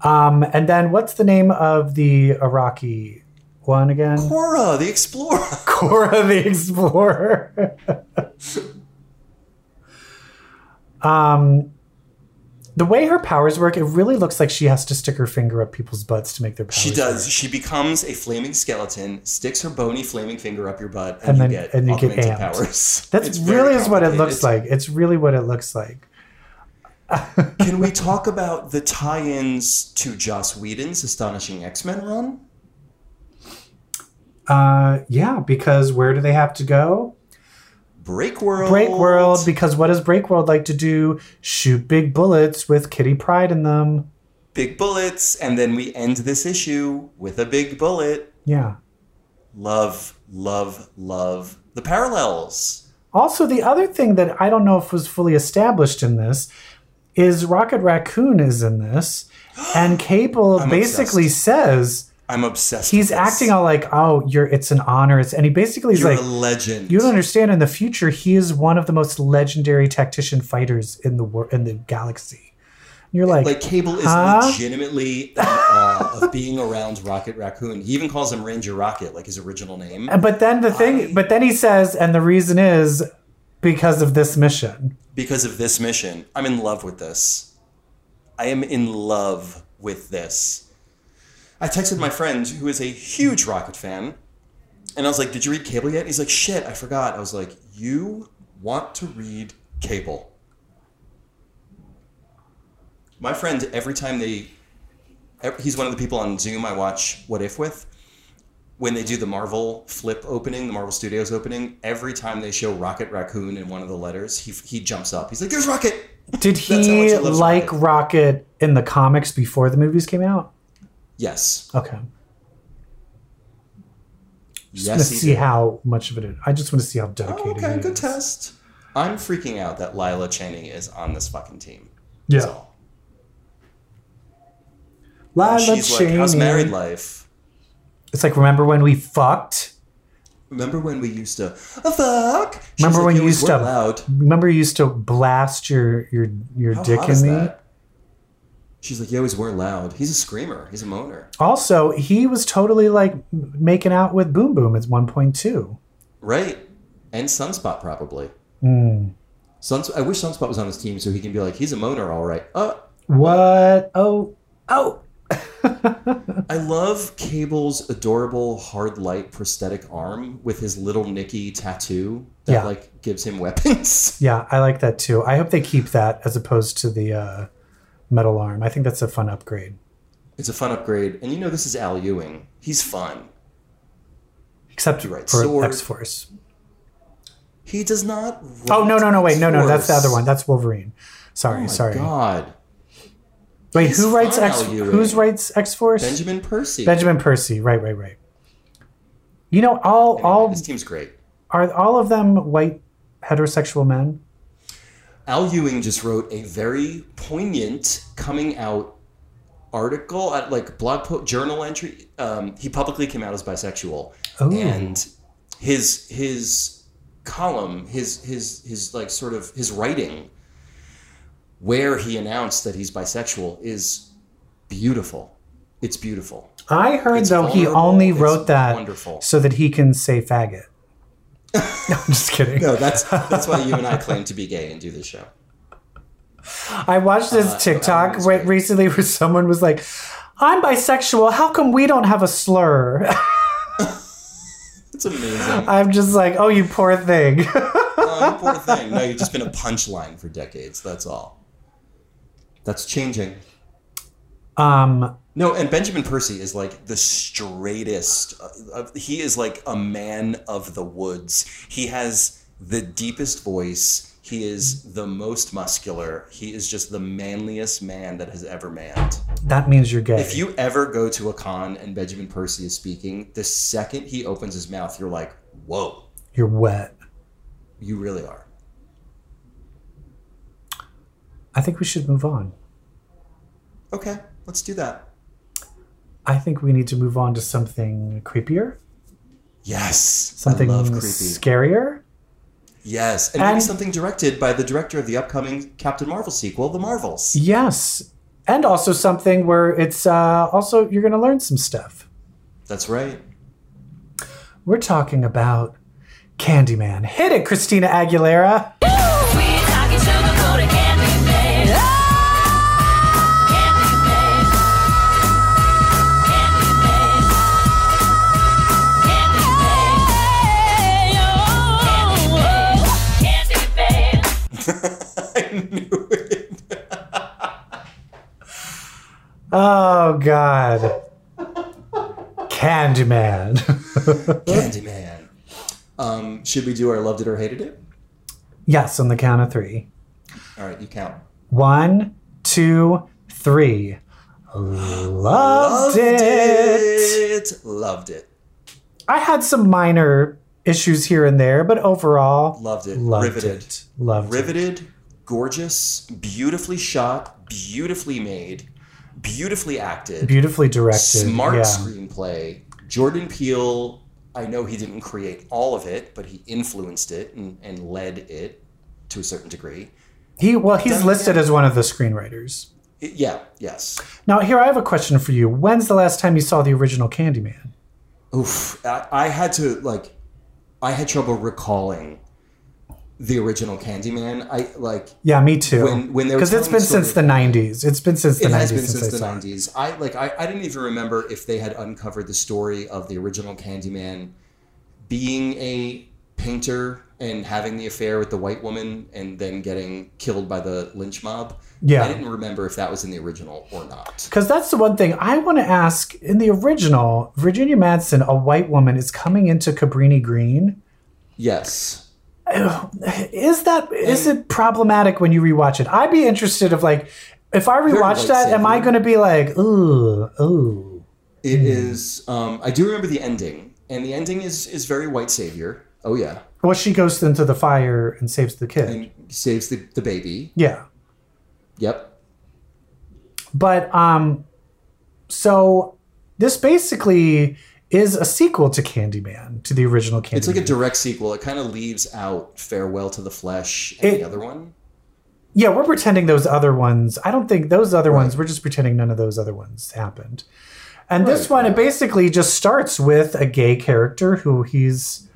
um, and then what's the name of the Iraqi one again?
Cora the Explorer.
Cora the Explorer. um, the way her powers work, it really looks like she has to stick her finger up people's butts to make their powers.
She does.
work.
She becomes a flaming skeleton, sticks her bony flaming finger up your butt,
And
and,
then-
you get
and you get
augmented
amped.
powers.
That's
It's very
really is what it
complicated.
looks like. It's really what it looks like.
Can we talk about the tie-ins to Joss Whedon's astonishing X Men run?
Uh, yeah, because where do they have to go?
Break World.
Break World because what does Break World like to do? Shoot big bullets with Kitty Pride in them.
big bullets, and then we end this issue with a big bullet.
Yeah.
Love, love, love the parallels.
Also, the other thing that I don't know if was fully established in this is Rocket Raccoon is in this, and Cable
I'm
basically says
I'm obsessed.
he's
with this.
acting all like, "Oh, you're it's an honor," it's, and he basically is
You're
like,
a legend.
"You don't understand. In the future, he is one of the most legendary tactician fighters in the wor- in the galaxy." You're like,
Like Cable is
Huh?
legitimately in awe of being around Rocket Raccoon. He even calls him Ranger Rocket, like his original name.
but then the thing,
I-
but then he says, and the reason is because of this mission.
because of this mission. I'm in love with this. I am in love with this. I texted my friend who is a huge Rocket fan, and I was like, Did you read Cable yet? He's like, Shit, I forgot. I was like, You want to read Cable. My friend, every time they, ev- he's one of the people on Zoom I watch What If with. When they do the Marvel flip opening, the Marvel Studios opening, every time they show Rocket Raccoon in one of the letters, he, he jumps up. He's like, There's Rocket!
Did
how much
he
he loves
like
Rocket.
Rocket in the comics before the movies came out?
Yes.
Okay. Just
yes,
to
he
see
did.
how much of it. I just want to see how
Oh,
dedicated.
okay,
he
good
is.
test. I'm freaking out that Lila Cheney is on this fucking team. That's
Yeah.
all.
Lila
She's like, how's
Cheney.
married life?
It's like remember when we fucked?
Remember when we used to "Oh, fuck? She's
Remember
like,
when
"Yeah,
you
we
used
were
to-
Loud.
Remember you used to blast your your your
How
dick
hot
in
is
me?
that? She's like, you always were loud. He's a screamer. He's a moaner.
Also, he was totally like m- making out with Boom Boom at 1.2.
Right. And Sunspot probably.
Hmm.
Suns- I wish Sunspot was on his team so he can be like, he's a moaner, all right. Uh,
What? Oh, oh.
I love Cable's adorable hard light prosthetic arm with his little Nicky tattoo that
Yeah.
like gives him weapons.
Yeah, I like that too. I hope they keep that as opposed to the uh, metal arm. I think that's a fun upgrade.
It's a fun upgrade. And you know this is Al Ewing. He's fun.
Except
Right,
for
sword.
X Force.
He does not
Oh no no no wait no no that's the
Force.
other one. That's Wolverine.
Oh
Sorry
my
sorry.
god.
Wait,
He's
who writes
fine,
X?
Al Ewing.
Who's writes X Force?
Benjamin Percy.
Benjamin Percy. Right right right. You know all
All
all
this team's great.
are all of them white heterosexual men.
Al Ewing just wrote a very poignant coming out article at like blog post journal entry. Um, he publicly came out as bisexual,
Oh.
and his his column, his his his like sort of his writing, where he announced that he's bisexual, is beautiful. It's beautiful.
I heard
It's
though he
vulnerable.
only
It's
wrote that
wonderful.
so that he can say faggot. No, I'm just kidding.
No, that's that's why you and I claim to be gay and do this show.
I watched this
that
TikTok
one's
where,
uh, great.
recently where someone was like, "I'm bisexual. How come we don't have a slur?"
It's amazing.
I'm just like, "Oh, you poor thing."
Oh, poor thing. No, you've just been a punchline for decades. That's all. That's changing.
um,
No, and Benjamin Percy is like the straightest. uh, uh, he is like a man of the woods. He has the deepest voice. He is the most muscular. He is just the manliest man that has ever manned.
that means you're gay.
If you ever go to a con and Benjamin Percy is speaking, the second he opens his mouth, you're like, whoa,
you're wet.
you really are.
I think we should move on.
Okay, let's do that.
I think we need to move on to something creepier,
Yes.
something
I love creepy.
scarier.
Yes, and, maybe
And-
something directed by the director of the upcoming Captain Marvel sequel, The Marvels.
Yes, and also something where it's uh, also you're going to learn some stuff.
That's right.
We're talking about Candyman. Hit it, Christina Aguilera.
Sweet talking sugar coated candy man. Candy man. Candy man. Candy man. Candy man.
I knew it.
Oh God. Candyman.
Candyman. Um, should we do our loved it or hated it?
yes, on the count of three.
All right, you count.
One, two, three. Loved, it.
Loved it.
I had some minor issues here and there, but overall,
Loved it.
loved
Riveted.
it. Loved it.
Riveted, gorgeous, beautifully shot, beautifully made, beautifully acted.
Beautifully directed.
smart
yeah.
screenplay. Jordan Peele, I know he didn't create all of it, but he influenced it and, and led it to a certain degree.
He well, he's
Done,
listed as one of the screenwriters.
Yeah. Yes.
Now, here I have a question for you. When's the last time you saw the original Candyman?
Oof. I, I had to like, I had trouble recalling the original Candyman. I like
Yeah, me too.
When- when they were
because it's
telling
been
the story-
since the '90s. It's been since the
it
'90s
has been
since,
since
I
the
saw it.
nineties. I like I, I didn't even remember if they had uncovered the story of the original Candyman being a painter and having the affair with the white woman and then getting killed by the lynch mob.
Yeah.
I didn't remember if that was in the original or not.
Because that's the one thing I want to ask. In the original, Virginia Madsen, a white woman, is coming into Cabrini Green.
Yes.
Is that is it problematic when you rewatch it? I'd be interested of like, if I rewatch
light
that, am I
savory.
going to be like, ooh, ooh?
It
Hmm.
is um I do remember the ending. And the ending is is very white savior. Oh yeah.
Well, she goes into the fire and saves the kid.
And saves the, the baby.
yeah,
Yep.
but um, so this basically is a sequel to Candyman, to the original Candyman.
It's like a direct sequel. It kind of leaves out Farewell to the Flesh and
It-
the other one.
Yeah, we're pretending those other ones. I don't think those other ones. We're just pretending none of those other ones happened. And this one, it basically just starts with a gay character who he's.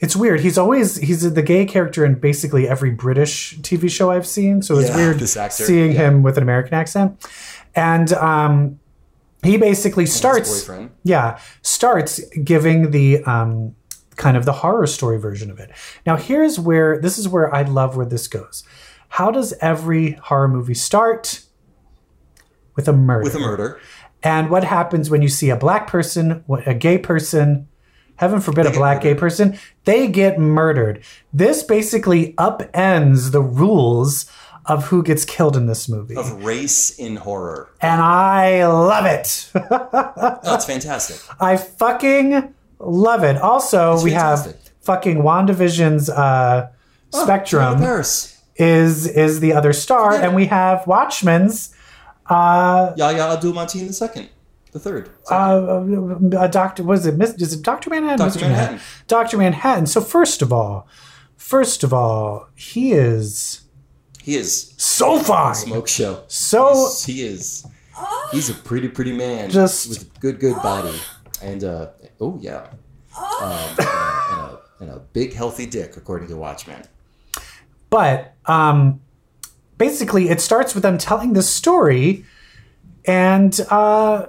It's weird. He's always he's the gay character in basically every British TV show I've seen. So it's
Yeah,
weird
this actor,
seeing
yeah.
him with an American accent. And um, he basically
His
starts
boyfriend.
yeah starts giving the um kind of the horror story version of it now here's where this is where i love where this goes how does every horror movie start with a murder
with a murder.
and what happens when you see a black person wh- a gay person heaven forbid a
get
black gay
murdered.
person they get murdered this basically upends the rules of who gets killed in this movie
of race in horror.
and i love it
That's fantastic.
I fucking love it. Also, we have
fantastic. Oh,
fucking WandaVision's uh,
Jonah
Spectrum
Paris.
is is the other star,
Yeah.
and we have Watchmen's
Yahya Abdul Mateen the second, the third.
uh, uh, doctor. Was it Miss? Is it Doctor Manhattan?
Dr. Manhattan.
Doctor Manhattan. So first of all, first of all, he is
He is
so fine.
smoke show.
So
He's- he is. He's a pretty, pretty man.
Just-
with a good, good body, and uh, oh yeah, um, and, a, and, a, and a big, healthy dick, according to Watchmen.
But um, basically, it starts with them telling this story, and uh,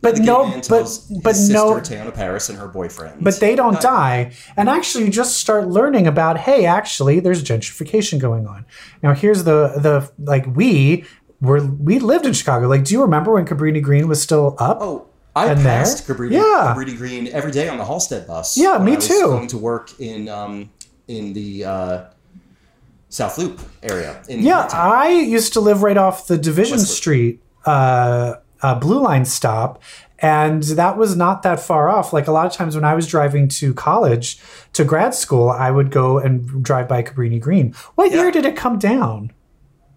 but
The gay
no,
man
but
tells
but
his
no,
sister Tayana Paris and her boyfriend.
but they don't die. And actually, you just start learning about hey, actually, there's gentrification going on. Now, here's the the like we were we lived in Chicago. Like, do you remember when Cabrini Green was still up?
Oh, I
And there?
passed Cabrini,
Yeah.
Cabrini Green every day on the Halstead bus.
Yeah,
when
me
I was
too.
Going to work in um, in the uh, South Loop area. In
Yeah,
Midtown.
I used to live right off the Division
Westwood.
Street uh, uh, Blue Line stop, and that was not that far off. Like a lot of times when I was driving to college to grad school, I would go and drive by Cabrini Green. What year did it come down?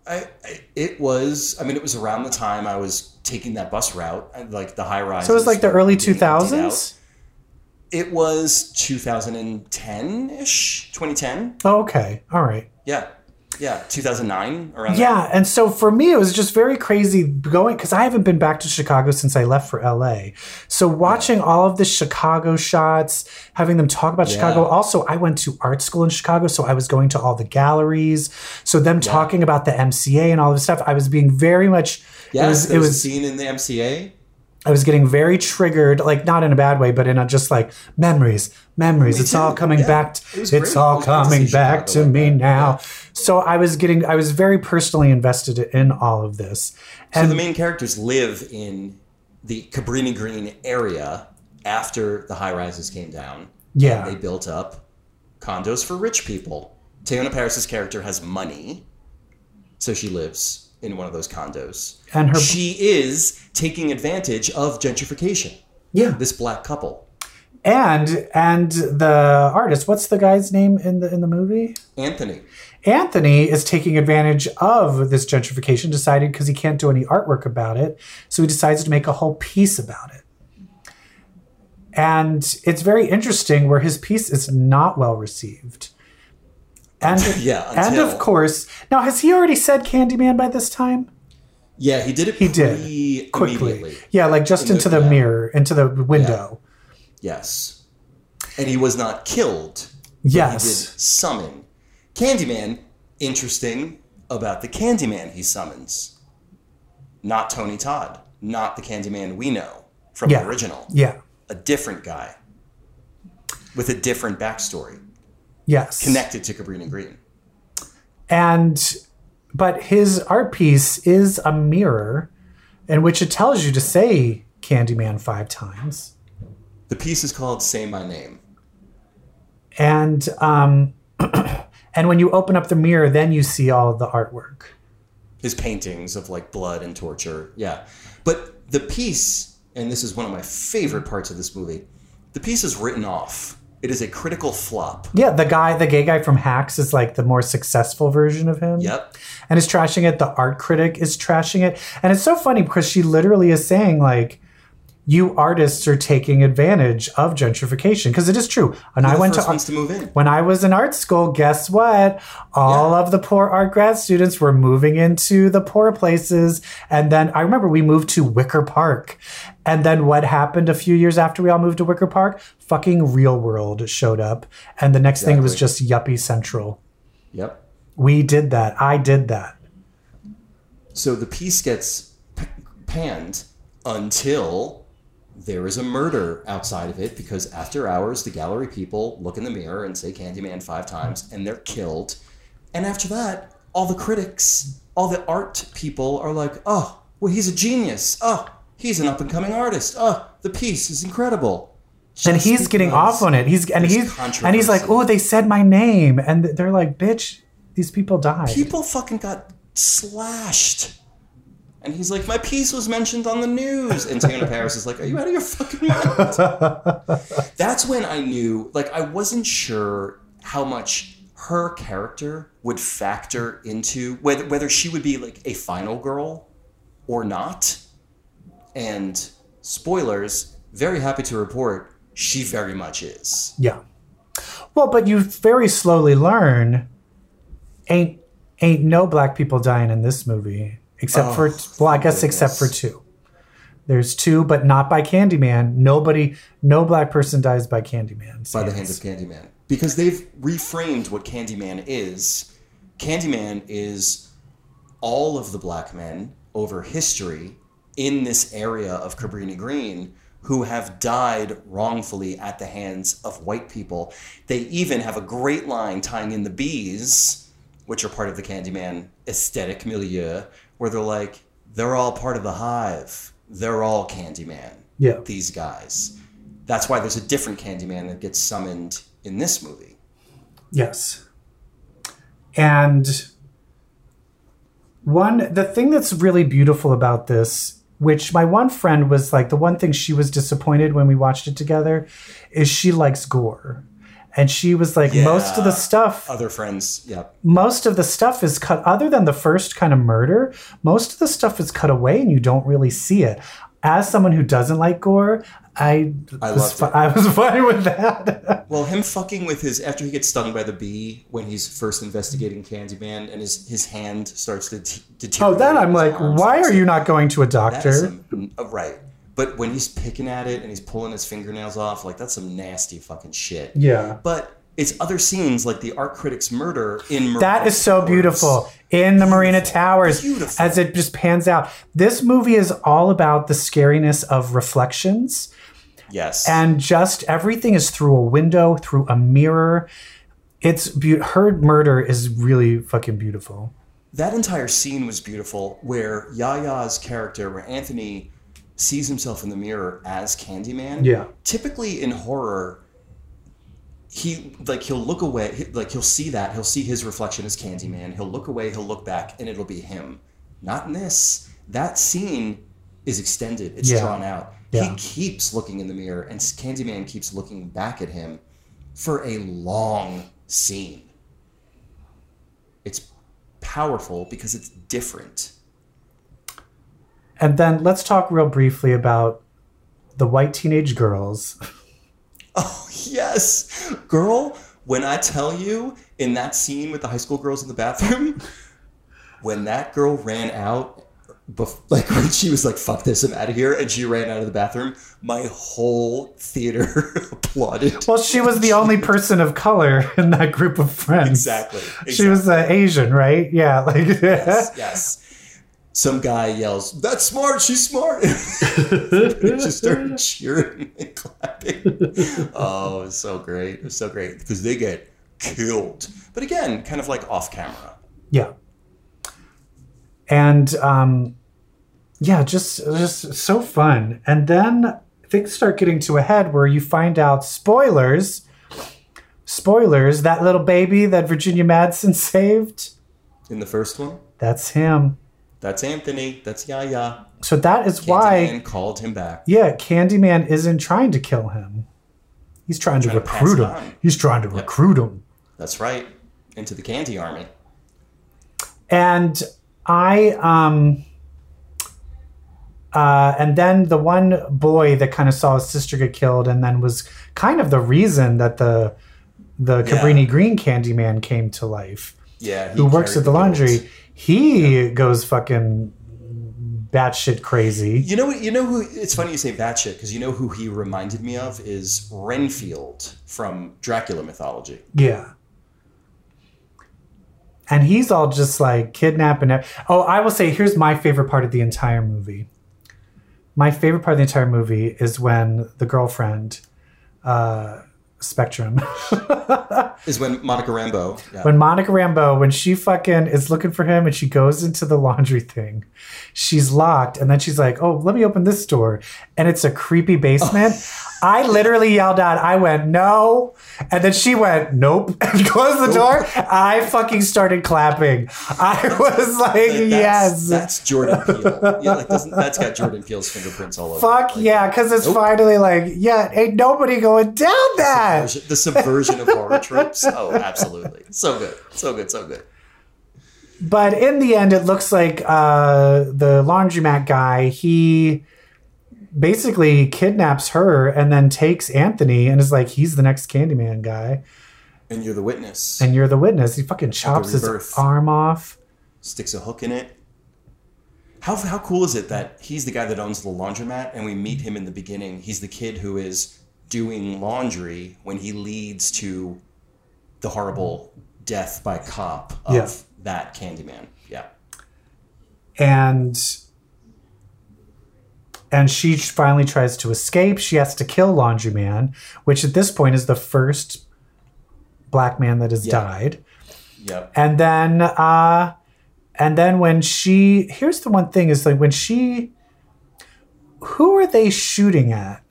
I, I it was. I mean, it was around the time I was taking that bus route, and, like the high rise.
So it was like the early two thousands.
It was 2010 ish, 2010.
Oh, okay, all right.
Yeah, yeah, 2009 around. there.
Yeah, and so for me, it was just very crazy going because I haven't been back to Chicago since I left for LA. So watching all of the Chicago shots, having them talk about Chicago. Also, I went to art school in Chicago, so I was going to all the galleries. So them talking about the MCA and all this stuff, I was being very much.
Yes,
it was.
there
It
was,
was.
a scene in the MCA.
I was getting very triggered, like not in a bad way, but in a just like memories, memories. it's all
too.
coming
Yeah.
back.
It
t-
was
it's
great. It
all
was great to
coming
see
back to
Chicago like
me
that.
now. So I was getting, I was very personally invested in all of this.
So
And
the main characters live in the Cabrini Green area after the high rises came down.
Yeah.
They built up condos for rich people. Tayona Paris's character has money, so she lives in one of those condos.
And her-
she is taking advantage of gentrification.
yeah.
This black couple,
And and the artist, what's the guy's name in the in the movie?
Anthony.
Anthony is taking advantage of this gentrification, decided because he can't do any artwork about it. So he decides to make a whole piece about it. And it's very interesting where his piece is not well received. And
Yeah,
and
until-
of course, now has he already said Candyman by this time?
Yeah, he did it.
He did.
pretty
quickly.
immediately.
Yeah, like just
Into
into the
the-
mirror, into the window.
Yes, and he was not killed. He did
Yes.
summon Candyman. Interesting about the Candyman he summons. Not Tony Todd. Not the Candyman we know from
Yeah.
the original.
Yeah.
A different guy with a different backstory
Yes.
connected to Cabrini Green.
And but his art piece is a mirror in which it tells you to say Candyman five times.
The piece is called "Say My Name."
And um and when you open up the mirror, then you see all the artwork.
his paintings of like blood and torture. Yeah. But the piece, and this is one of my favorite parts of this movie, the piece is written off. It is a critical flop.
Yeah, the guy, the gay guy from Hacks is like the more successful version of him.
Yep.
and is trashing it. The art critic is trashing it. And it's so funny because she literally is saying, like, you artists are taking advantage of gentrification. Because it is true. And I
The
went to
first
art
ones to move in.
when I was in art school, guess what? All of the poor art grad students were moving into the poor places. And then I remember we moved to Wicker Park. And then what happened a few years after we all moved to Wicker Park? Fucking Real World showed up. And the next thing was just
Exactly.
Yuppie Central.
Yep.
We did that. I did that.
So the piece gets p- panned until there is a murder outside of it because after hours, the gallery people look in the mirror and say Candyman five times and they're killed. And after that, all the critics, all the art people are like, oh, well, he's a genius. Oh, he's an up and coming artist. Oh, the piece is incredible.
and he's getting off on it. He's and
there's
he's and he's like,
controversy.
oh, they said my name, and th- they're like, bitch, these people died.
People fucking got slashed. And he's like, my piece was mentioned on the news. And Tana Paris is like, are you out of your fucking mind? That's when I knew, like, I wasn't sure how much her character would factor into whether, whether she would be like a final girl or not. And spoilers, very happy to report, she very much is.
yeah. Well, but you very slowly learn, ain't ain't no black people dying in this movie except
Oh,
for well, I guess
goodness.
except for two. There's two, but not by Candyman. Nobody, no black person dies by Candyman.
by the hands of Candyman because they've reframed what Candyman is. Candyman is all of the black men over history in this area of Cabrini Green who have died wrongfully at the hands of white people. They even have a great line tying in the bees, which are part of the Candyman aesthetic milieu, where they're like, they're all part of the hive. They're all Candyman
yeah,
these guys. That's why there's a different Candyman that gets summoned in this movie.
Yes. And one, the thing that's really beautiful about this, which my one friend was like, the one thing she was disappointed when we watched it together is she likes gore. And she was like, most of the
Yeah.
stuff,
Other friends, yep.
most of the stuff is cut, other than the first kind of murder, most of the stuff is cut away and you don't really see it. As someone who doesn't like gore, I,
I
was,
loved
fi-
it.
I was fine with that.
Well, him fucking with his after he gets stung by the bee when he's first investigating Candyman, and his his hand starts to t-
oh,
deteriorate.
then I'm
his
like,
arm
why
starts
are
to-
you not going to a
That
doctor?
is some- uh, right? But when he's picking at it and he's pulling his fingernails off, like that's some nasty fucking shit.
Yeah.
But it's other scenes like the art critic's murder in Marina
That is so
Towers.
beautiful in the Marina Towers
Beautiful.
as it just pans out. This movie is all about the scariness of reflections
Yes.
and just everything is through a window, through a mirror. It's be- her murder is really fucking beautiful.
that entire scene was beautiful where Yaya's character, where Anthony sees himself in the mirror as Candyman.
Yeah.
Typically in horror, he like he'll look away, he- like he'll see that, he'll see his reflection as Candyman. He'll look away, he'll look back, and it'll be him. Not in this. That scene is extended. It's
Yeah.
drawn out.
Yeah.
He keeps looking in the mirror, and Candyman keeps looking back at him for a long scene. It's powerful because it's different.
And then let's talk real briefly about the white teenage girls.
Oh, yes. Girl, when I tell you in that scene with the high school girls in the bathroom, when that girl ran out bef- like when she was like, "Fuck this, I'm out of here," and she ran out of the bathroom, my whole theater applauded.
Well, she was the only person of color in that group of friends.
Exactly.
She was uh, Asian, right? Yeah, like
yes, yes. Some guy yells, "That's smart. She's smart." They just started cheering and clapping. Oh, it was so great! It was so great because they get killed. But again, kind of like off camera.
Yeah. And um, yeah, just just so fun. And then things start getting to a head where you find out spoilers, spoilers. That little baby that Virginia Madsen saved,
In the first one,
that's him.
that's Anthony. That's Yaya.
So that is why,
And called him back.
yeah, Candyman isn't trying to kill him. He's trying, to
trying to pass
recruit
it
him.
on.
He's trying to recruit him.
That's right. Into the candy army.
and I um uh, and then the one boy that kind of saw his sister get killed and then was kind of the reason that the the
Yeah.
Cabrini Green Candy Man came to life,
Yeah. he
who works
carried
at the laundry,
loads.
he goes fucking batshit crazy.
You know what? You know who? It's funny you say batshit because you know who he reminded me of is Renfield from Dracula mythology.
Yeah. And he's all just like kidnapping. ev- Oh, I will say, here's my favorite part of the entire movie. My favorite part of the entire movie is when the girlfriend, uh, Spectrum,
Is when Monica Rambeau. Yeah.
when Monica Rambeau, when she fucking is looking for him and she goes into the laundry thing, she's locked. And then she's like, oh, let me open this door. And it's a creepy basement.
Oh.
I literally yelled out, I went, no. And then she went, nope, and closed the door. I fucking started clapping. I was like,
Like,
yes.
that's, That's Jordan Peele. Yeah, like doesn't that's got Jordan Peele's fingerprints all over.
Fuck
it. Like,
yeah, because it's
nope.
finally like, yeah, ain't nobody going down that.
subversion- The subversion of horror tropes. Oh, absolutely. So good. So good. So good.
but in the end, it looks like uh, the laundromat guy he basically kidnaps her and then takes Anthony and is like, he's the next Candyman guy,
And you're the witness.
and you're the witness. He fucking chops his
rebirth.
arm off.
sticks a hook in it. How, how cool is it that he's the guy that owns the laundromat and we meet him in the beginning? He's the kid who is doing laundry when he leads to the horrible death by cop of
Yeah.
that Candyman. Yeah.
and and she finally tries to escape. She has to kill Laundry Man, which at this point is the first black man that has
Yeah.
died.
Yep.
And then uh and then when she here's the one thing is like when she who are they shooting at?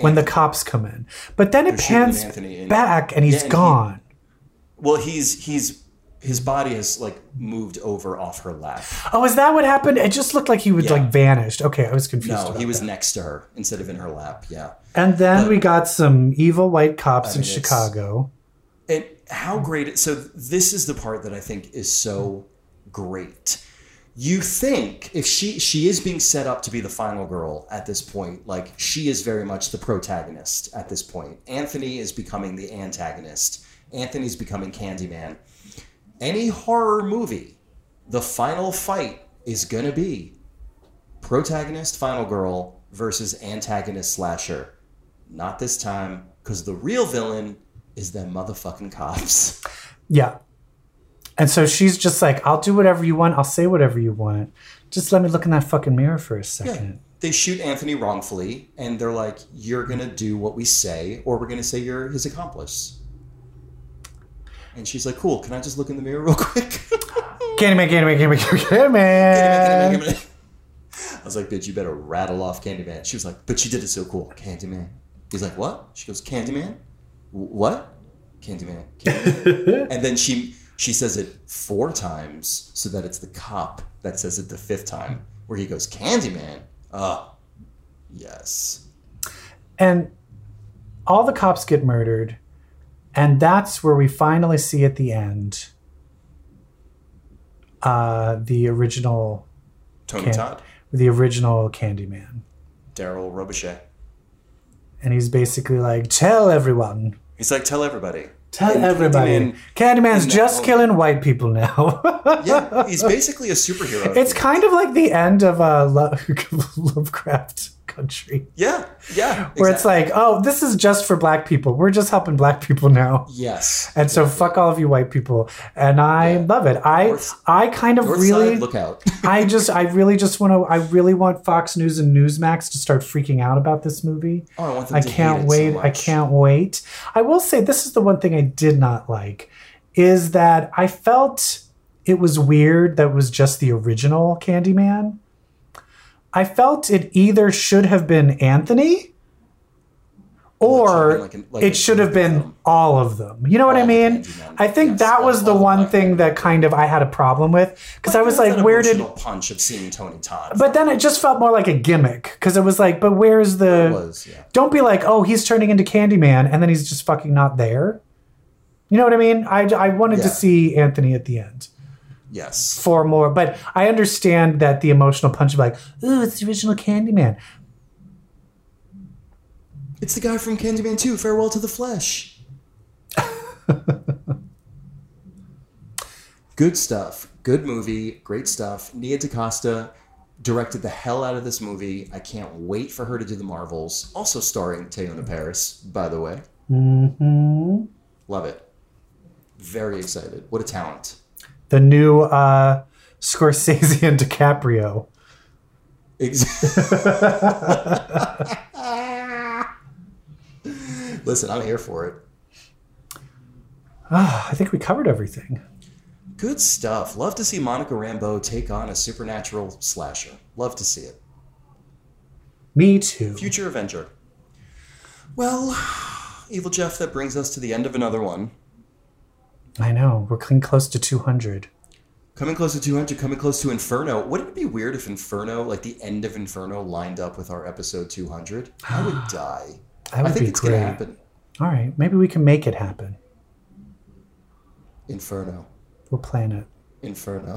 When the cops come in, but then it
They're shooting
pans
Anthony in-
back and
Yeah,
he's
and he-
gone.
Well, he's he's his body has like moved over off her lap.
oh, is that what happened? It just looked like he would
Yeah.
like vanished. Okay, I was confused.
No,
about
he was
that.
next to her instead of in her lap. Yeah.
And then we got some evil white cops in
mean, it's-
Chicago.
And how great. So, this is the part that I think is so great. You think if she she is being set up to be the final girl at this point, like she is very much the protagonist at this point. Anthony is becoming the antagonist. Anthony's becoming Candyman. Any horror movie, the final fight is gonna be protagonist final girl versus antagonist slasher. Not this time, because the real villain is them motherfucking cops.
Yeah. And so she's just like, I'll do whatever you want. I'll say whatever you want. Just let me look in that fucking mirror for a second.
They shoot Anthony wrongfully, and they're like, "You're gonna do what we say, or we're gonna say you're his accomplice." And she's like, "Cool, can I just look in the mirror real quick?"
Candyman, Candyman, Candyman, Um, Candyman. Candyman.
I was like, "Bitch, you better rattle off Candyman." She was like, "But you did it so cool, Candyman." He's like, "What?" She goes, "Candyman, "Wh- what?" Candyman, Candyman. and then she she says it four times so that it's the cop that says it the fifth time, where he goes, "Candyman." Ah, yes.
And all the cops get murdered. And that's where we finally see at the end uh, the original
Tony
Can-
Todd,
the original Candyman.
Daryl Robichaud.
And he's basically like, Tell everyone.
He's like, "Tell everybody."
Tell
And
everybody.
Candyman-
Candyman's
in that
just
moment.
killing white people now.
Yeah, he's basically a superhero.
it's kind of like the end of uh, Lo- Lovecraft Country,
yeah, yeah.
where
exactly.
it's like, oh, this is just for black people. We're just helping black people now.
yes,
And so fuck all of you white people. And I
Yeah.
love it. I
North-
I kind of
North
really
side, look out.
I just I really just want to I really want Fox News and Newsmax to start freaking out about this movie.
Oh, I want them
I
to hate it
can't
so
wait. I
much.
can't wait. I will say this is the one thing I did not like is that I felt it was weird that it was just the original Candyman. I felt it either should have been Anthony or
Or it should have been like an- like an
it should have been
Candyman.
all of them. You know what I
All the
mean?
Candyman.
I think
Yes,
that
all-
was the
all the
one
Black
thing that kind of I had a problem with because I was
That's
like,
that
where did
emotional punch of seeing Tony Todd?
but then it just felt more like a gimmick because it was like, but where's the?
It was, yeah.
Don't be like, oh, he's turning into Candyman, and then he's just fucking not there. You know what I mean? I, I wanted
Yeah.
to see Anthony at the end
yes,
for more, but I understand that the emotional punch of like, ooh, it's the original Candyman.
it's the guy from Candyman 2, Farewell to the Flesh. Good stuff. Good movie. Great stuff. Nia DaCosta directed the hell out of this movie. I can't wait for her to do the Marvels. Also starring Tayona Paris, by the way.
hmm
Love it. Very excited. What a talent.
The new uh, Scorsese and DiCaprio.
Ex- Listen, I'm here for it.
Ah, I think we covered everything.
Good stuff. Love to see Monica Rambeau take on a supernatural slasher. Love to see it.
Me too.
Future Avenger. Well, Evil Jeff, that brings us to the end of another one.
I know we're clean close to two hundred.
Coming close to 200, coming close to Inferno. Wouldn't it be weird if Inferno, like the end of Inferno, lined up with our episode 200? I would die.
That would
I think
be
it's
great.
going to happen.
All right, maybe we can make it happen.
Inferno.
We'll plan it.
Inferno.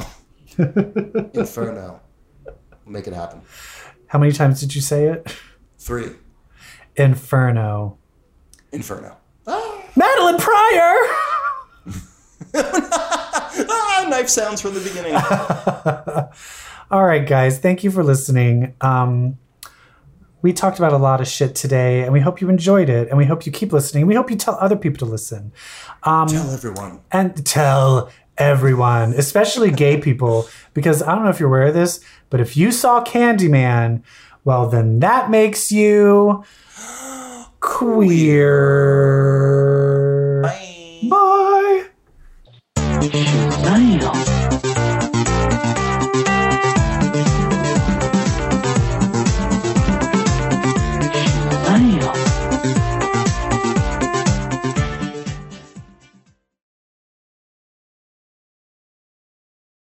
Inferno. Make it happen.
How many times did you say it?
Three.
Inferno.
Inferno. Ah,
Madeline Pryor!
ah, knife sounds from the beginning.
All right, guys, thank you for listening. Um, we talked about a lot of shit today, and we hope you enjoyed it, and we hope you keep listening. We hope you tell other people to listen
Tell everyone.
and tell everyone, especially gay people, because I don't know if you're aware of this, but if you saw Candyman, well, then that makes you queer.